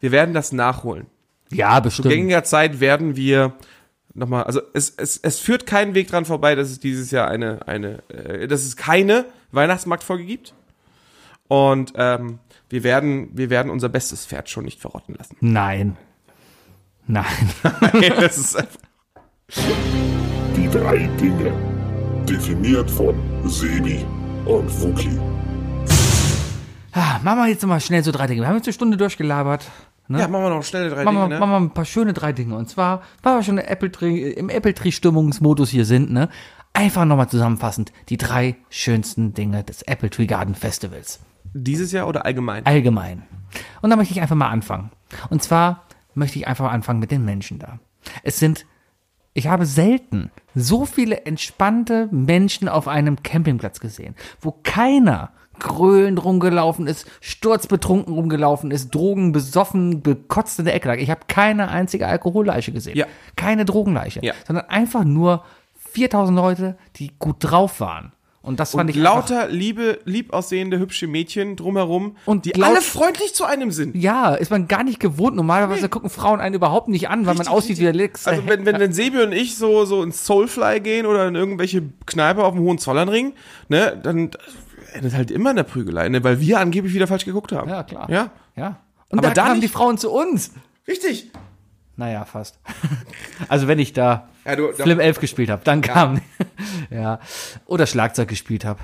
B: Wir werden das nachholen.
C: Ja,
B: In
C: bestimmt.
B: gängiger Zeit werden wir nochmal, also es, es, es führt keinen Weg dran vorbei, dass es dieses Jahr eine, eine, äh, dass es keine Weihnachtsmarktfolge gibt. Und ähm, wir werden, wir werden unser bestes Pferd schon nicht verrotten lassen.
C: Nein. Nein.
B: das ist einfach.
E: Die drei Dinge. Definiert von Sebi und Wookie.
C: Ah, Machen wir jetzt noch mal schnell so drei Dinge. Wir haben jetzt eine Stunde durchgelabert. Ne?
B: Ja, machen wir noch schnell drei
C: machen, wir,
B: Dinge, ne?
C: machen wir ein paar schöne drei Dinge. Und zwar, weil wir schon im Apple Tree, im Apple Tree Stimmungsmodus hier sind, ne? Einfach nochmal zusammenfassend die drei schönsten Dinge des Apple Tree Garden Festivals.
B: Dieses Jahr oder allgemein?
C: allgemein. Und da möchte ich einfach mal anfangen. Und zwar möchte ich einfach mal anfangen mit den Menschen da. Es sind, ich habe selten so viele entspannte Menschen auf einem Campingplatz gesehen, wo keiner gröhlend rumgelaufen ist, sturzbetrunken rumgelaufen ist, Drogen besoffen, bekotzt in der Ecke lag. Ich habe keine einzige Alkoholleiche gesehen.
B: Ja.
C: Keine Drogenleiche.
B: Ja.
C: Sondern einfach nur 4000 Leute, die gut drauf waren. Und das fand
B: Und
C: ich einfach-
B: lauter liebe, lieb aussehende, hübsche Mädchen drumherum,
C: Und
B: die
C: laut-
B: alle freundlich zu einem sind.
C: Ja, ist man gar nicht gewohnt. Normalerweise gucken Frauen einen überhaupt nicht an, weil man aussieht wie der Lex.
B: Also wenn, wenn, wenn Sebi und ich so, so ins Soulfly gehen oder in irgendwelche Kneipe auf dem Hohenzollernring, ne, dann endet halt immer in der Prügelei, ne, weil wir angeblich wieder falsch geguckt haben.
C: ja, klar.
B: Ja,
C: ja. Und
B: Aber
C: da
B: da
C: kamen die
B: nicht-
C: Frauen zu uns.
B: richtig.
C: Naja, fast. also wenn ich da
B: Ja, du- da-
C: Flim 11 gespielt habe, dann kam ja oder Schlagzeug gespielt habe.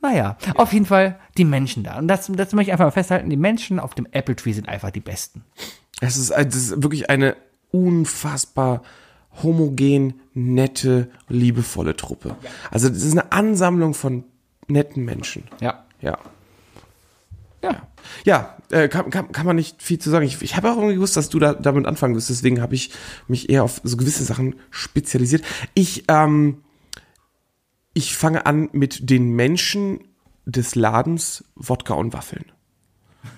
C: Naja, auf jeden Fall die Menschen da. Und das, das möchte ich einfach mal festhalten. Die Menschen auf dem Apple Tree sind einfach die besten.
B: Es ist, ein- das ist wirklich eine unfassbar homogen, nette, liebevolle Truppe. Also das ist eine Ansammlung von netten Menschen.
C: Ja.
B: Ja.
C: Ja.
B: Ja, äh, kann, kann, kann man nicht viel zu sagen. Ich, ich habe auch irgendwie gewusst, dass du da, damit anfangen wirst. Deswegen habe ich mich eher auf so gewisse Sachen spezialisiert. Ich, ähm, ich fange an mit den Menschen des Ladens Wodka und Waffeln.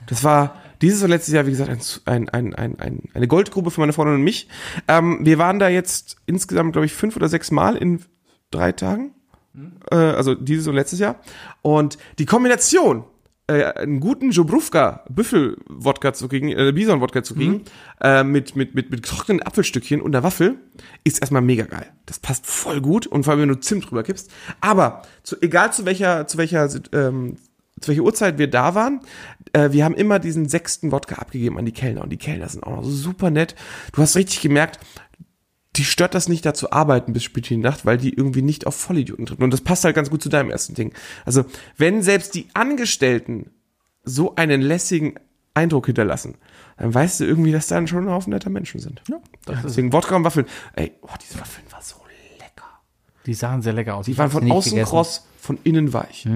B: Das war dieses und letztes Jahr, wie gesagt, ein, ein, ein, ein, ein, eine Goldgrube für meine Freundin und mich. Ähm, wir waren da jetzt insgesamt, glaube ich, fünf oder sechs Mal in drei Tagen. Äh, also dieses und letztes Jahr. Und die Kombination äh, einen guten Jobrufka Büffel-Wodka zu kriegen, äh, Bison-Wodka zu kriegen, äh, mit, mit, mit, mit getrockneten Apfelstückchen und einer Waffel, ist erstmal mega geil. Das passt voll gut und vor allem, wenn du Zimt drüber kippst. Aber zu, egal zu welcher, zu welcher, ähm, zu welcher Uhrzeit wir da waren, äh, wir haben immer diesen sechsten Wodka abgegeben an die Kellner und die Kellner sind auch noch super nett. Du hast richtig gemerkt, die stört das nicht, da zu arbeiten bis spät in die Nacht, weil die irgendwie nicht auf Vollidioten tritt. Und das passt halt ganz gut zu deinem ersten Ding. Also, wenn selbst die Angestellten so einen lässigen Eindruck hinterlassen, dann weißt du irgendwie, dass da schon ein Haufen netter Menschen sind. Das- Deswegen Wodka und Waffeln. Ey, oh, diese Waffeln waren so lecker.
C: Die sahen sehr lecker aus.
B: Die waren von außen kross, von innen weich.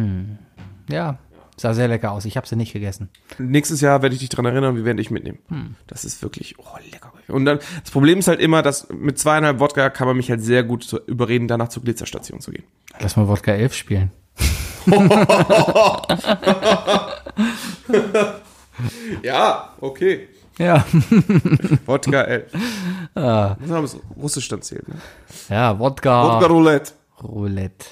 C: Ja, sah sehr lecker aus. Ich habe sie nicht gegessen.
B: Nächstes Jahr werde ich dich dran erinnern, wir werden dich mitnehmen. Das ist wirklich, oh, lecker. Und dann, das Problem ist halt immer, dass mit zweieinhalb Wodka kann man mich halt sehr gut zu, überreden, danach zur Glitzerstation zu gehen.
C: Lass mal Wodka 11 spielen.
B: Ja, okay.
C: Ja.
B: Wodka 11.
C: Ah.
B: Muss man das Russisch dann zählen. Ne?
C: Ja, Wodka.
B: Wodka Roulette.
C: Roulette.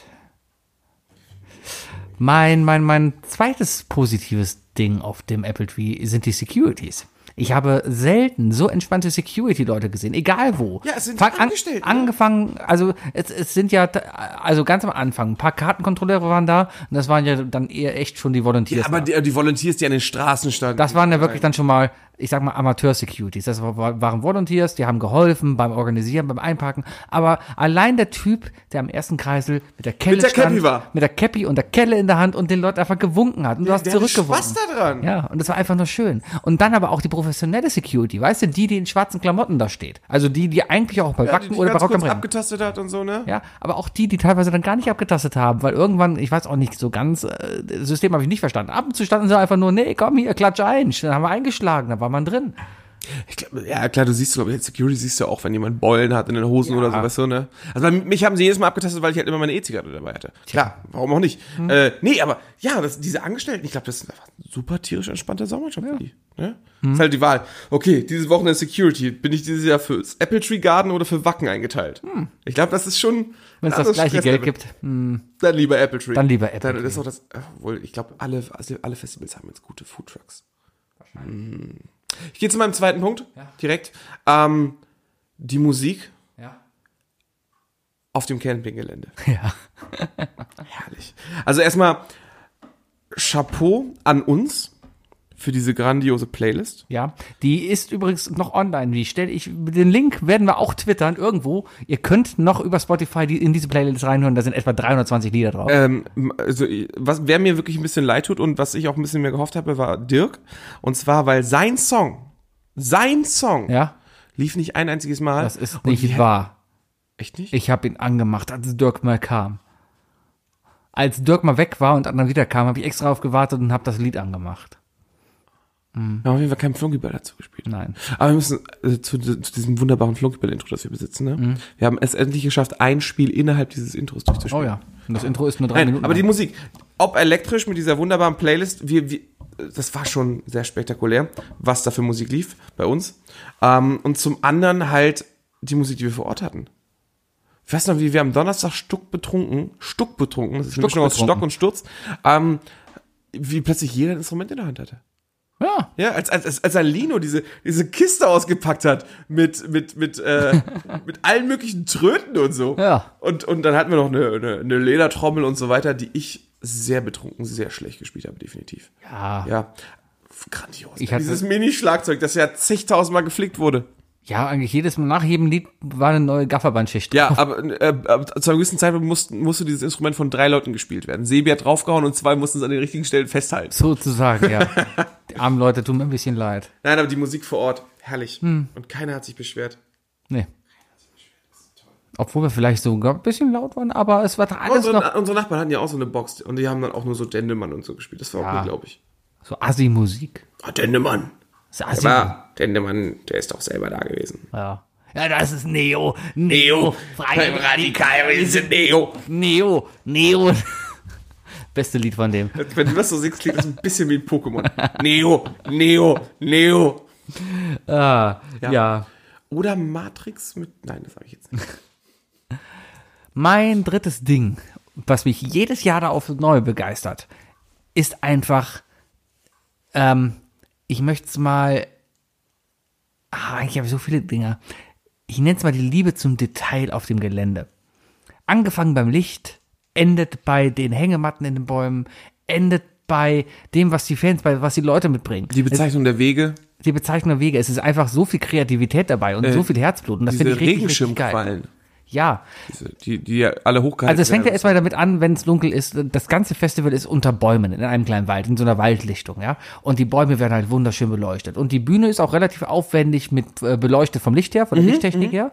C: Mein, mein, mein zweites positives Ding auf dem Apple Tree sind die Securities. Ich habe selten so entspannte Security-Leute gesehen, egal wo.
B: Ja, es sind
C: Fang an-
B: Angestellte, ne?
C: Angefangen, also es, es sind ja, da- also ganz am Anfang, ein paar Kartenkontrolleure waren da und das waren ja dann eher echt schon die Volunteers.
B: Ja, aber
C: da.
B: die, die Volunteers, die an den Straßen standen.
C: ah. Das waren ja wirklich dann schon mal, ich sag mal, Amateur-Securities. Das war- war- waren Volunteers, die haben geholfen beim Organisieren, beim Einpacken. Aber allein der Typ, der am ersten Kreisel mit der Kelle
B: Mit der
C: stand,
B: Cappy war.
C: mit der Cappy und der Kelle in der Hand und den Leuten einfach gewunken hat. Und du hast
B: der hatte
C: zurückgewunken.
B: Spaß daran.
C: Ja, und das war einfach nur schön. Und dann aber auch die professionelle Security, weißt du, die, die in schwarzen Klamotten da steht. Also die, die eigentlich auch bei
B: Ja, die,
C: Backen
B: die
C: oder bei
B: ganz
C: Rock am
B: kurz
C: Ring.
B: abgetastet hat und so, ne?
C: Ja, aber auch die, die teilweise dann gar nicht abgetastet haben, weil irgendwann, ich weiß auch nicht so ganz, äh, das System habe ich nicht verstanden. Ab und zu standen sie einfach nur, nee, komm hier, klatsch ein. Dann haben wir eingeschlagen, dann war man drin.
B: Ich glaub, ja, klar, du siehst, glaube ich, Security siehst du auch, wenn jemand Beulen hat in den Hosen oder so, weißt du, ne? Also bei mich haben sie jedes Mal abgetastet, weil ich halt immer meine E-Zigarette dabei hatte. Klar, warum auch nicht?
C: Hm.
B: Äh, nee, aber ja, das, diese Angestellten, ich glaube, das ist einfach ein super tierisch entspannter Sommerjob für die. Ne?
C: Hm.
B: Ist halt die Wahl. Okay, dieses Wochenende Security, bin ich dieses Jahr fürs Apple Tree Garden oder für Wacken eingeteilt? Ich glaube, das ist schon.
C: Hm. Wenn es
B: ein
C: das
B: anderes
C: gleiche Geld
B: Stresslevel.
C: gibt. Hm.
B: Dann lieber Apple Tree.
C: Dann lieber Apple
B: Dann ist auch das, obwohl, ich glaube, alle, also alle Festivals haben jetzt gute Food Trucks. Ich gehe zu meinem zweiten Punkt, direkt. Ähm, die Musik
C: Ja.
B: auf dem Campinggelände.
C: Ja.
B: Herrlich. Also erstmal Chapeau an uns für diese grandiose Playlist.
C: Ja. Die ist übrigens noch online. Die stelle ich, den Link werden wir auch twittern irgendwo. Ihr könnt noch über Spotify die, in diese Playlist reinhören, da sind etwa 320 Lieder drauf.
B: Ähm, also, ich- was, wer mir wirklich ein bisschen leid tut und was ich auch ein bisschen mehr gehofft habe, war Dirk. Und zwar, weil sein Song, sein Song,
C: ja.
B: lief nicht ein einziges Mal.
C: Das ist
B: Und die-
C: nicht wahr.
B: Echt nicht?
C: Ich habe ihn angemacht, als Dirk mal kam. Als Dirk mal weg war und dann wieder kam, habe ich extra auf gewartet und habe das Lied angemacht.
B: Wir haben auf jeden Fall keinen Flunkyball dazu gespielt.
C: Nein.
B: Aber wir müssen äh, zu, zu diesem wunderbaren Flunkyball-Intro, das wir besitzen, ne?
C: Mhm.
B: Wir haben es endlich geschafft, ein Spiel innerhalb dieses Intros durchzuspielen.
C: Oh ja. Und das Intro ist nur drei
B: Nein,
C: Minuten.
B: aber die
C: lang.
B: Musik, ob elektrisch mit dieser wunderbaren Playlist, wir, wir, das war schon sehr spektakulär, was da für Musik lief bei uns. Ähm, und zum anderen halt die Musik, die wir vor Ort hatten. Ich weiß noch, wie wir am Donnerstag Stuck betrunken, Stuck betrunken, das ist eine Mischung aus
C: betrunken.
B: Stock und Sturz, ähm, wie plötzlich jeder ein Instrument in der Hand hatte.
C: ja.
B: Ja, als, als, als, als Alino diese, diese Kiste ausgepackt hat mit, mit, mit, äh, mit allen möglichen Tröten und so.
C: Ja.
B: Und, und dann hatten wir noch eine, eine, eine Ledertrommel und so weiter, die ich sehr betrunken, sehr schlecht gespielt habe, definitiv.
C: Ja. ja.
B: Ja. Grandios.
C: Ich hatte-
B: Dieses Mini-Schlagzeug, das ja zigtausendmal geflickt wurde.
C: eigentlich jedes Mal nach jedem Lied war eine neue Gafferbandschicht.
B: Ja, aber äh, ab- zu einem gewissen Zeitpunkt mussten, musste dieses Instrument von drei Leuten gespielt werden. Sebi hat draufgehauen und zwei mussten es an den richtigen Stellen festhalten.
C: Sozusagen, ja. die armen Leute tun mir ein bisschen leid.
B: Nein, aber die Musik vor Ort, herrlich.
C: Hm.
B: Und keiner hat sich beschwert.
C: Nee. Obwohl wir vielleicht sogar ein bisschen laut waren, aber es war doch alles
B: Unsere,
C: noch
B: unsere Nachbarn hatten ja auch so eine Box und die haben dann auch nur so Dendemann und so gespielt. Das war auch
C: Ja.
B: unglaublich.
C: so Assi-Musik.
B: Ah, Dendemann.
C: Das ist Assi
B: Ja, Dendemann, der ist doch selber da gewesen.
C: ja. Ja, das ist Neo. Neo. Freie
B: Radikal, wir sind Neo.
C: Neo, Neo. Beste Lied von dem.
B: Wenn du das so singst, klingt das ein bisschen wie ein Pokémon. Neo, Neo, Neo.
C: Ah, ja.
B: Oder Matrix mit. Nein, das sage ich jetzt nicht.
C: Mein drittes Ding, was mich jedes Jahr da auf neu begeistert, ist einfach Ähm, ich möchte es mal. Ah, ich habe so viele Dinger. Ich nenne es mal die Liebe zum Detail auf dem Gelände. Angefangen beim Licht, endet bei den Hängematten in den Bäumen, endet bei dem, was die Fans, bei was die Leute mitbringen.
B: Die Bezeichnung der Wege,
C: Es, die Bezeichnung der Wege. Es ist einfach so viel Kreativität dabei und so viel Herzblut. Und das finde
B: Äh, diese
C: ich richtig, richtig geil.
B: Regenschirmquallen,
C: Ja,
B: diese- die, die ja alle hochgehalten
C: also es fängt ja
B: werden.
C: erstmal damit an, wenn es dunkel ist. Das ganze Festival ist unter Bäumen in einem kleinen Wald, in so einer Waldlichtung, ja. Und die Bäume werden halt wunderschön beleuchtet. Und die Bühne ist auch relativ aufwendig mit äh, beleuchtet vom Licht her, von der Lichttechnik her.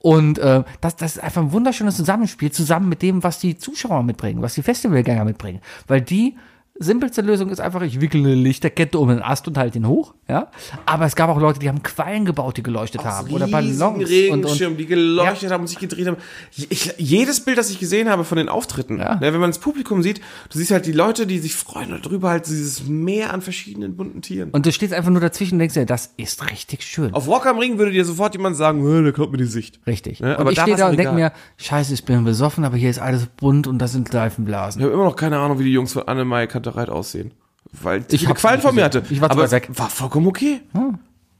C: Und äh, das, das ist einfach ein wunderschönes Zusammenspiel, zusammen mit dem, was die Zuschauer mitbringen, was die Festivalgänger mitbringen. Weil die simpelste Lösung ist einfach, ich wickle eine Lichterkette um den Ast und halte ihn hoch, ja. Aber es gab auch Leute, die haben Quallen gebaut, die geleuchtet haben. Oder
B: riesigen
C: Ballons. und- und-
B: Regenschirm, die geleuchtet haben und sich gedreht haben. Ich, jedes Bild, das ich gesehen habe von den Auftritten,
C: Ja.
B: ne, wenn man das Publikum sieht, du siehst halt die Leute, die sich freuen und drüber halt dieses Meer an verschiedenen bunten Tieren.
C: Und du stehst einfach nur dazwischen und denkst dir, das ist richtig schön.
B: Auf Walk am Ring würde dir sofort jemand sagen, "Hö, da kommt mir die Sicht.
C: Richtig.
B: Ne,
C: und
B: aber
C: ich
B: da
C: stehe
B: war's
C: da
B: mir
C: und denke
B: egal.
C: mir, scheiße, ich bin besoffen, aber hier ist alles bunt und das sind Seifenblasen.
B: Ich habe immer noch keine Ahnung, wie die Jungs von Annemai Kantereit aussehen. Weil
C: Ich
B: ich eine
C: hab's
B: Quallen
C: nicht
B: von mir hatte.
C: gesehen. Ich war
B: Aber
C: zwar
B: es War vollkommen okay.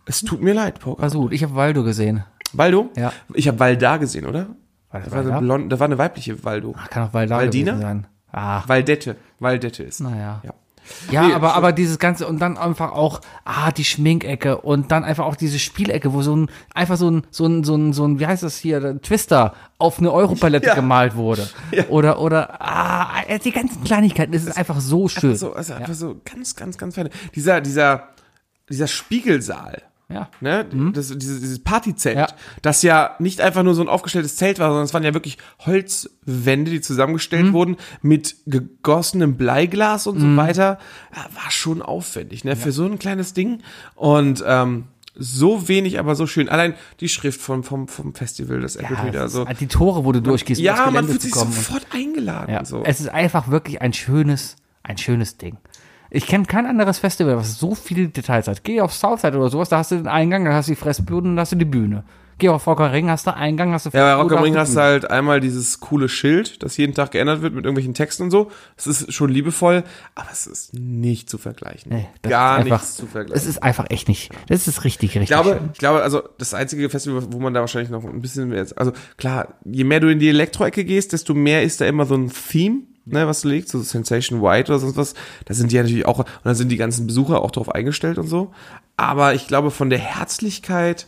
B: Es tut mir leid, Poker.
C: War so gut. Ich habe Waldo gesehen.
B: Waldo?
C: Ja.
B: Ich habe Walda gesehen, oder?
C: War das
B: Da war, eine
C: Walda? Ah,
B: blonde, da war eine weibliche Waldo.
C: Kann auch Waldo
B: Waldina?
C: gewesen sein. Ah,
B: Waldette. Waldette ist.
C: naja.
B: Ja.
C: Ja,
B: Nee,
C: aber,
B: schon.
C: aber dieses Ganze und dann einfach auch, ah, die Schminkecke und dann einfach auch diese Spielecke, wo so ein, einfach so ein, so ein, so ein, so ein wie heißt das hier, ein Twister auf eine Europalette
B: Ja.
C: gemalt wurde. Oder, oder, ah, die ganzen Kleinigkeiten, es ist einfach so schön.
B: So, also einfach so ganz, ganz, ganz fern. Dieser, dieser, dieser Spiegelsaal.
C: Ja.
B: Ne? Das, dieses, dieses Partyzelt,
C: Mhm. Ja.
B: das ja nicht einfach nur so ein aufgestelltes Zelt war, sondern es waren ja wirklich Holzwände, die zusammengestellt
C: Mhm.
B: wurden mit gegossenem Bleiglas und so weiter. Ja, War schon aufwendig, ne? Für so ein kleines Ding. Und ähm, so wenig, aber so schön. Allein die Schrift vom, vom, vom Festival, das Apple
C: Ja,
B: Tree da
C: es
B: so.
C: ist- halt die Tore, wo du durchgehst, um aufs
B: Ja, man
C: Gelände
B: fühlt
C: zu
B: sich
C: kommen.
B: sofort eingeladen.
C: Ja,
B: So.
C: es ist einfach wirklich ein schönes, ein schönes Ding. Ich kenne kein anderes Festival, was so viele Details hat. Geh auf Southside oder sowas, da hast du den Eingang, da hast du die Fressbuden und da hast du die Bühne. Geh auf Rock am Ring, hast du Eingang, hast du
B: Ja, bei
C: Fressbude,
B: Rock am Ring
C: die
B: hast du
C: Bühne.
B: halt einmal dieses coole Schild, das jeden Tag geändert wird mit irgendwelchen Texten und so. Es ist schon liebevoll, aber es ist nicht zu vergleichen.
C: Nee,
B: halt
C: das
B: Gar
C: ist einfach,
B: nichts zu vergleichen.
C: Es ist einfach echt nicht. Das ist richtig, richtig.
B: ich glaube,
C: schön.
B: ich glaube, also das einzige Festival, wo man da wahrscheinlich noch ein bisschen mehr ist. Also klar, je mehr du in die Elektroecke gehst, desto mehr ist da immer so ein Theme, ne, was liegt, so Sensation White oder sonst was. Da sind die ja natürlich auch, und da sind die ganzen Besucher auch drauf eingestellt und so. Aber ich glaube, von der Herzlichkeit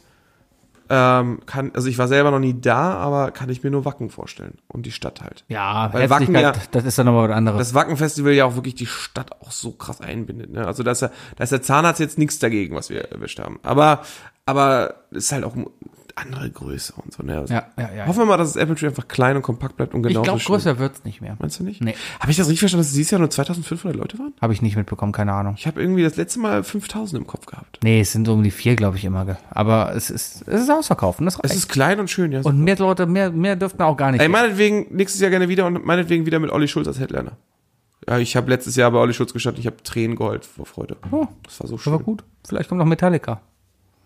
B: ähm, kann, also ich war selber noch nie da, aber kann ich mir nur Wacken vorstellen und die Stadt halt.
C: ja,
B: weil
C: Herzlichkeit,
B: Wacken ja-
C: das ist dann nochmal was anderes.
B: Das Wacken-Festival ja auch wirklich die Stadt auch so krass einbindet. Ne? Also da ist, ja, da ist der Zahnarzt jetzt nichts dagegen, was wir erwischt haben. Aber aber es ist halt auch eine andere Größe und so. Ne? Also
C: Ja, ja, ja.
B: Hoffen wir mal, dass das Apple Tree einfach klein und kompakt bleibt und
C: ich
B: genauso
C: glaube,
B: schön.
C: größer wird's nicht mehr.
B: genau Meinst du nicht?
C: Nee.
B: Habe ich das richtig verstanden, dass es dieses Jahr nur 2500 Leute waren?
C: Habe ich nicht mitbekommen, keine Ahnung.
B: Ich habe irgendwie das letzte Mal 5000 im Kopf gehabt.
C: Nee, es sind so um die vier, glaube ich, immer. ge- Aber es ist, es ist ausverkauft. und Das
B: Es
C: reicht.
B: ist klein und schön, ja.
C: und mehr Leute, mehr, mehr dürften auch gar nicht.
B: Ey,
C: gehen.
B: meinetwegen nächstes Jahr gerne wieder und meinetwegen wieder mit Olli Schulz als Headliner. Ja, ich habe letztes Jahr bei Olli Schulz gestanden, ich habe Tränen geheult vor Freude.
C: Oh.
B: das war so schön.
C: Aber gut, vielleicht kommt noch Metallica.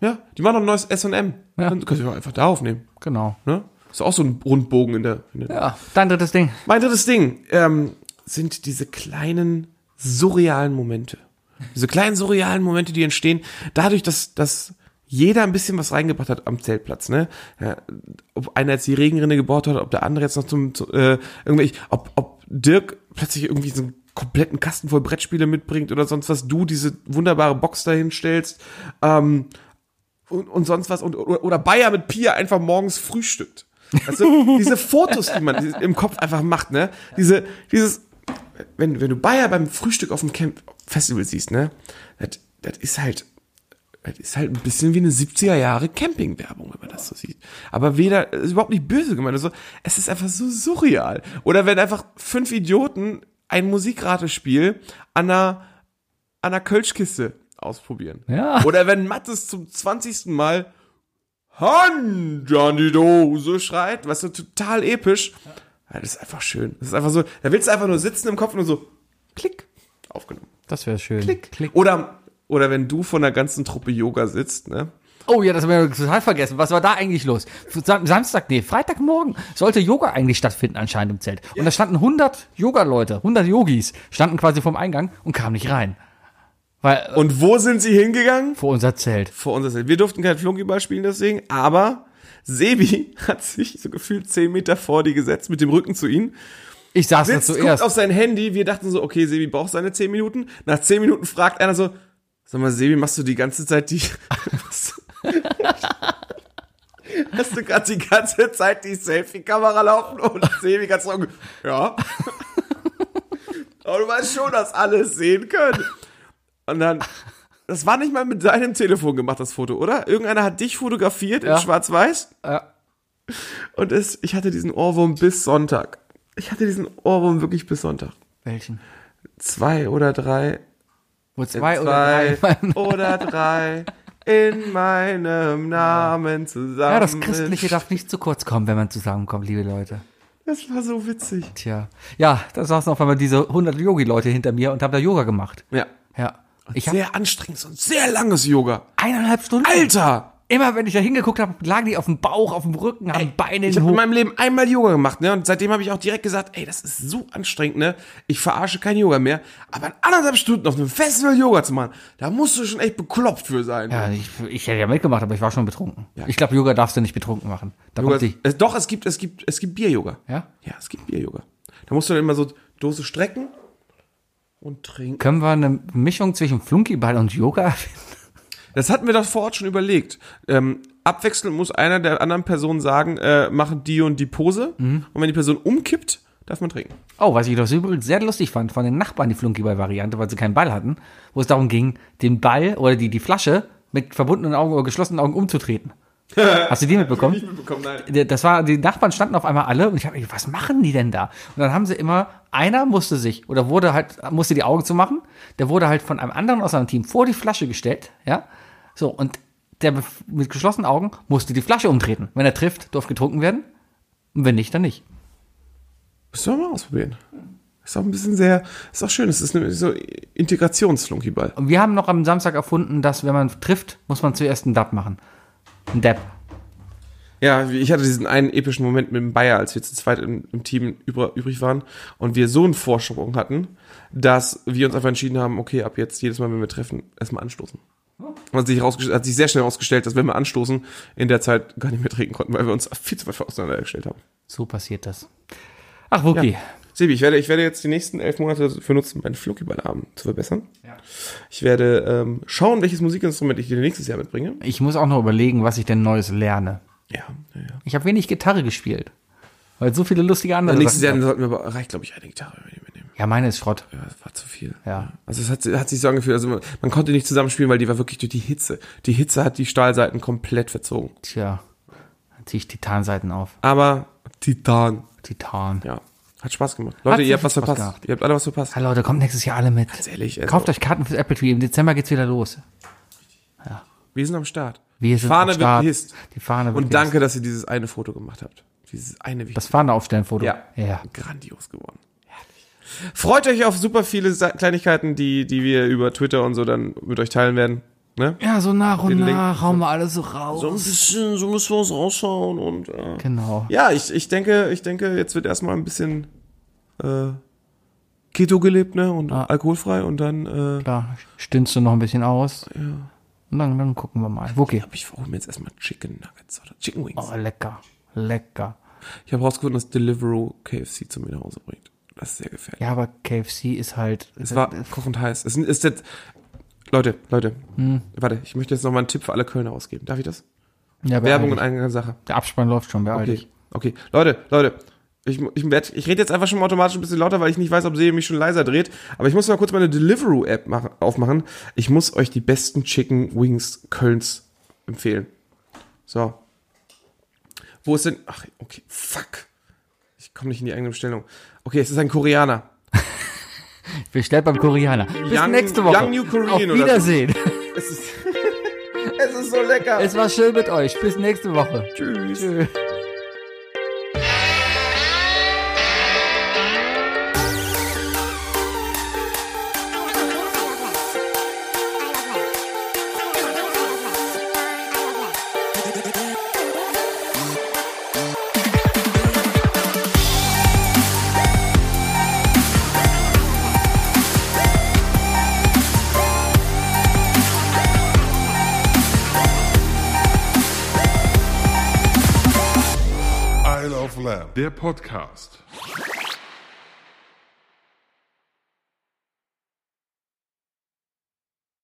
B: Ja, die machen noch ein neues SM.
C: Ja.
B: Dann können wir einfach da aufnehmen.
C: Genau.
B: Ne? Ist auch so ein Rundbogen in der. In der
C: Ja, dein drittes Ding.
B: Mein drittes Ding ähm, sind diese kleinen surrealen Momente. Diese kleinen surrealen Momente, die entstehen, dadurch, dass, dass jeder ein bisschen was reingebracht hat am Zeltplatz. Ne? Ja, ob einer jetzt die Regenrinne gebaut hat, ob der andere jetzt noch zum, zu, äh, irgendwie, ob, ob Dirk plötzlich irgendwie so einen kompletten Kasten voll Brettspiele mitbringt oder sonst was, du diese wunderbare Box dahin stellst. Ähm, und, und sonst was und oder, oder Bayer mit Pia einfach morgens frühstückt. Also diese Fotos, die man im Kopf einfach macht, ne? Diese dieses wenn, wenn du Bayer beim Frühstück auf dem Camp Festival siehst, ne? Das, das ist halt das ist halt ein bisschen wie eine 70er Jahre Campingwerbung, wenn man das so sieht. Aber weder, ist überhaupt nicht böse gemeint. Also, es ist einfach so surreal. Oder wenn einfach fünf Idioten ein Musikratespiel an einer an der Kölschkiste ausprobieren.
C: Ja.
B: Oder wenn Mattes zum 20. Mal Hand an die Dose schreit, was so total episch. Ja, das ist einfach schön. Das ist einfach so, da willst du einfach nur sitzen im Kopf und so klick aufgenommen.
C: Das wäre schön.
B: Klick. Oder oder wenn du von der ganzen Truppe Yoga sitzt, ne?
C: Oh ja, das haben wir total vergessen. Was war da eigentlich los? Sam Samstag, nee, Freitagmorgen sollte Yoga eigentlich stattfinden anscheinend im Zelt. Und da standen 100 Yoga-Leute, 100 Yogis, standen quasi vorm Eingang und kamen nicht rein. Weil, äh,
B: Und wo sind sie hingegangen?
C: vor unser Zelt.
B: Vor unser Zelt. Wir durften kein Flunkyball spielen deswegen, aber Sebi hat sich so gefühlt zehn Meter vor die gesetzt mit dem Rücken zu ihnen
C: Ich saß da
B: sitzt, guckt
C: zuerst.
B: auf sein Handy. Wir dachten so, okay, Sebi braucht seine 10 Minuten. Nach 10 Minuten fragt einer so, sag mal, Sebi, machst du die ganze Zeit die... Hast du gerade die ganze Zeit die Selfie-Kamera laufen und Sebi ganz so, ja. Aber du weißt schon, dass alle es sehen können. Und dann, das war nicht mal mit deinem Telefon gemacht, das Foto, oder? Irgendeiner hat dich fotografiert
C: Ja.
B: in schwarz-weiß.
C: Ja.
B: Und es, ich hatte diesen Ohrwurm bis Sonntag. Ich hatte diesen Ohrwurm wirklich bis Sonntag.
C: Welchen?
B: Zwei oder drei.
C: Wo zwei, oder drei.
B: Zwei oder drei in meinem Namen zusammen.
C: Ja, das Christliche darf nicht zu kurz kommen, wenn man zusammenkommt, liebe Leute.
B: Das war so witzig.
C: Tja. Ja, da saßen auf einmal diese 100 Yogi-Leute hinter mir und haben da Yoga gemacht.
B: Ja.
C: Ja. Ich habe
B: Sehr anstrengendes und sehr langes Yoga.
C: eineinhalb Stunden.
B: Alter!
C: Immer wenn ich da hingeguckt habe, lagen die auf dem Bauch, auf dem Rücken, haben Beine
B: Ich
C: in
B: habe in
C: hoch.
B: meinem Leben einmal Yoga gemacht, ne? Und seitdem habe ich auch direkt gesagt, ey, das ist so anstrengend, ne? Ich verarsche kein Yoga mehr. Aber in anderthalb Stunden auf einem Festival Yoga zu machen, da musst du schon echt bekloppt für sein.
C: Ja, ich, ich hätte ja mitgemacht, aber ich war schon betrunken.
B: Ja.
C: Ich glaube, Yoga darfst du nicht betrunken machen. Da
B: Yoga,
C: kommt die.
B: es, doch, es gibt, es gibt, es gibt Bier-Yoga.
C: Ja?
B: Ja, es gibt Bier-Yoga. Da musst du dann immer so Dose strecken und trinken.
C: Können wir eine Mischung zwischen Flunkyball und Yoga?
B: Das hatten wir doch vor Ort schon überlegt. Ähm, abwechselnd muss einer der anderen Personen sagen, äh, machen die und die Pose. Und wenn die Person umkippt, darf man trinken.
C: Oh, was ich doch übrigens sehr lustig fand von den Nachbarn, die Flunkyball-Variante, weil sie keinen Ball hatten, wo es darum ging, den Ball oder die, die Flasche mit verbundenen Augen oder geschlossenen Augen umzutreten. Hast du die mitbekommen?
B: mitbekommen, nein.
C: das war, die Nachbarn standen auf einmal alle und ich habe gedacht, was machen die denn da? Und dann haben sie immer, einer musste sich oder wurde halt, musste die Augen zu machen, der wurde halt von einem anderen aus seinem Team vor die Flasche gestellt, ja. So, und der bef- mit geschlossenen Augen musste die Flasche umtreten. Wenn er trifft, durfte getrunken werden. Und wenn nicht, dann nicht.
B: Müssen wir mal ausprobieren. Ist auch ein bisschen sehr, ist auch schön. Es ist eine, so Integrationsflunkyball.
C: Und wir haben noch am Samstag erfunden, dass wenn man trifft, muss man zuerst einen Dab machen. Ein Dab.
B: Ja, ich hatte diesen einen epischen Moment mit dem Bayer, als wir zu zweit im, im Team über, übrig waren und wir so einen Vorsprung hatten, dass wir uns einfach entschieden haben, okay, ab jetzt jedes Mal, wenn wir treffen, erstmal anstoßen. Hat sich, rausgest- hat sich sehr schnell herausgestellt, dass wenn wir anstoßen, in der Zeit gar nicht mehr trinken konnten, weil wir uns viel zu weit auseinandergestellt haben.
C: So passiert das. Ach, Wookie.
B: Sebi, ich werde, ich werde jetzt die nächsten elf Monate dafür nutzen, meinen Flugballabend zu verbessern. Ich werde ähm, schauen, welches Musikinstrument ich dir nächstes Jahr mitbringe.
C: Ich muss auch noch überlegen, was ich denn Neues lerne.
B: Ja, ja, Äh, ja.
C: Ich habe wenig Gitarre gespielt. Weil so viele lustige andere
B: Nächstes Jahr
C: Sachen.
B: sollten wir aber, reicht glaube ich eine Gitarre, wenn wir die mitnehmen.
C: Ja, meine ist Schrott.
B: Ja, das war zu viel.
C: Ja.
B: Also es hat, hat sich so angefühlt, also man, man konnte nicht zusammenspielen, weil die war wirklich durch die Hitze. Die Hitze hat die Stahlseiten komplett verzogen.
C: Tja. Dann ziehe ich Titanseiten auf.
B: Aber Titan,
C: Titan.
B: ja, hat Spaß gemacht. Leute,
C: sehr
B: ihr habt
C: viel
B: was
C: Spaß
B: verpasst.
C: gemacht.
B: Ihr habt alle was verpasst.
C: Ja, Leute, kommt nächstes Jahr alle mit.
B: ehrlich, also-
C: Kauft euch Karten fürs Apple Tree. Im Dezember geht's wieder los.
B: Wir sind am Start.
C: Wir
B: Die
C: sind
B: Fahne
C: am Start.
B: wird gehisst.
C: Die Fahne wird
B: Und danke, dass ihr dieses eine Foto gemacht habt. Dieses eine wichtige.
C: Das Fahne aufstellen Foto.
B: Ja.
C: ja.
B: Grandios geworden. Freut euch auf super viele Sa Kleinigkeiten, die, die wir über Twitter und so dann mit euch teilen werden. Ne?
C: Ja, so nach und
B: Link-
C: nach hauen wir alles so raus.
B: So ein bisschen, so müssen wir uns rausschauen und äh,
C: Genau.
B: Ja, ich, ich denke, ich denke, jetzt wird erstmal ein bisschen äh, Keto gelebt, ne? Und alkoholfrei und dann äh,
C: Da stinnst du noch ein bisschen aus. Ja. Und dann, dann gucken wir mal. Okay.
B: ich hole mir jetzt erstmal Chicken Nuggets oder Chicken Wings.
C: Oh, lecker. Lecker.
B: Ich habe rausgefunden, dass Deliveroo KFC zu mir nach Hause bringt. Das ist sehr gefährlich.
C: Ja, aber KFC ist halt.
B: Es war kochend heiß. Es ist jetzt. Leute, Leute,
C: Hm.
B: warte, ich möchte jetzt nochmal einen Tipp für alle Kölner ausgeben. Darf ich das?
C: ja,
B: Werbung in
C: beeilt.
B: eigener Sache.
C: Der Abspann läuft schon, beeilt.
B: Okay. Okay. Leute, Leute. Ich, ich, werd, ich rede jetzt einfach schon mal automatisch ein bisschen lauter, weil ich nicht weiß, ob Sebi mich schon leiser dreht. Aber ich muss mal kurz meine Deliveroo-App machen- aufmachen. Ich muss euch die besten Chicken Wings Kölns empfehlen. So. Wo ist denn. Ach, okay. Fuck. Ich komme nicht in die eigene Bestellung. Okay, es ist ein Koreaner.
C: Bestellt beim Koreaner. Bis
B: Young-
C: nächste Woche.
B: Young New Korean
C: Auf
B: oder so.
C: Wiedersehen.
B: Es ist, es ist so lecker.
C: Es war schön mit euch. Bis nächste Woche.
B: Tschüss.
C: Tschüss.
F: Thank
G: Love Lamp, der Podcast.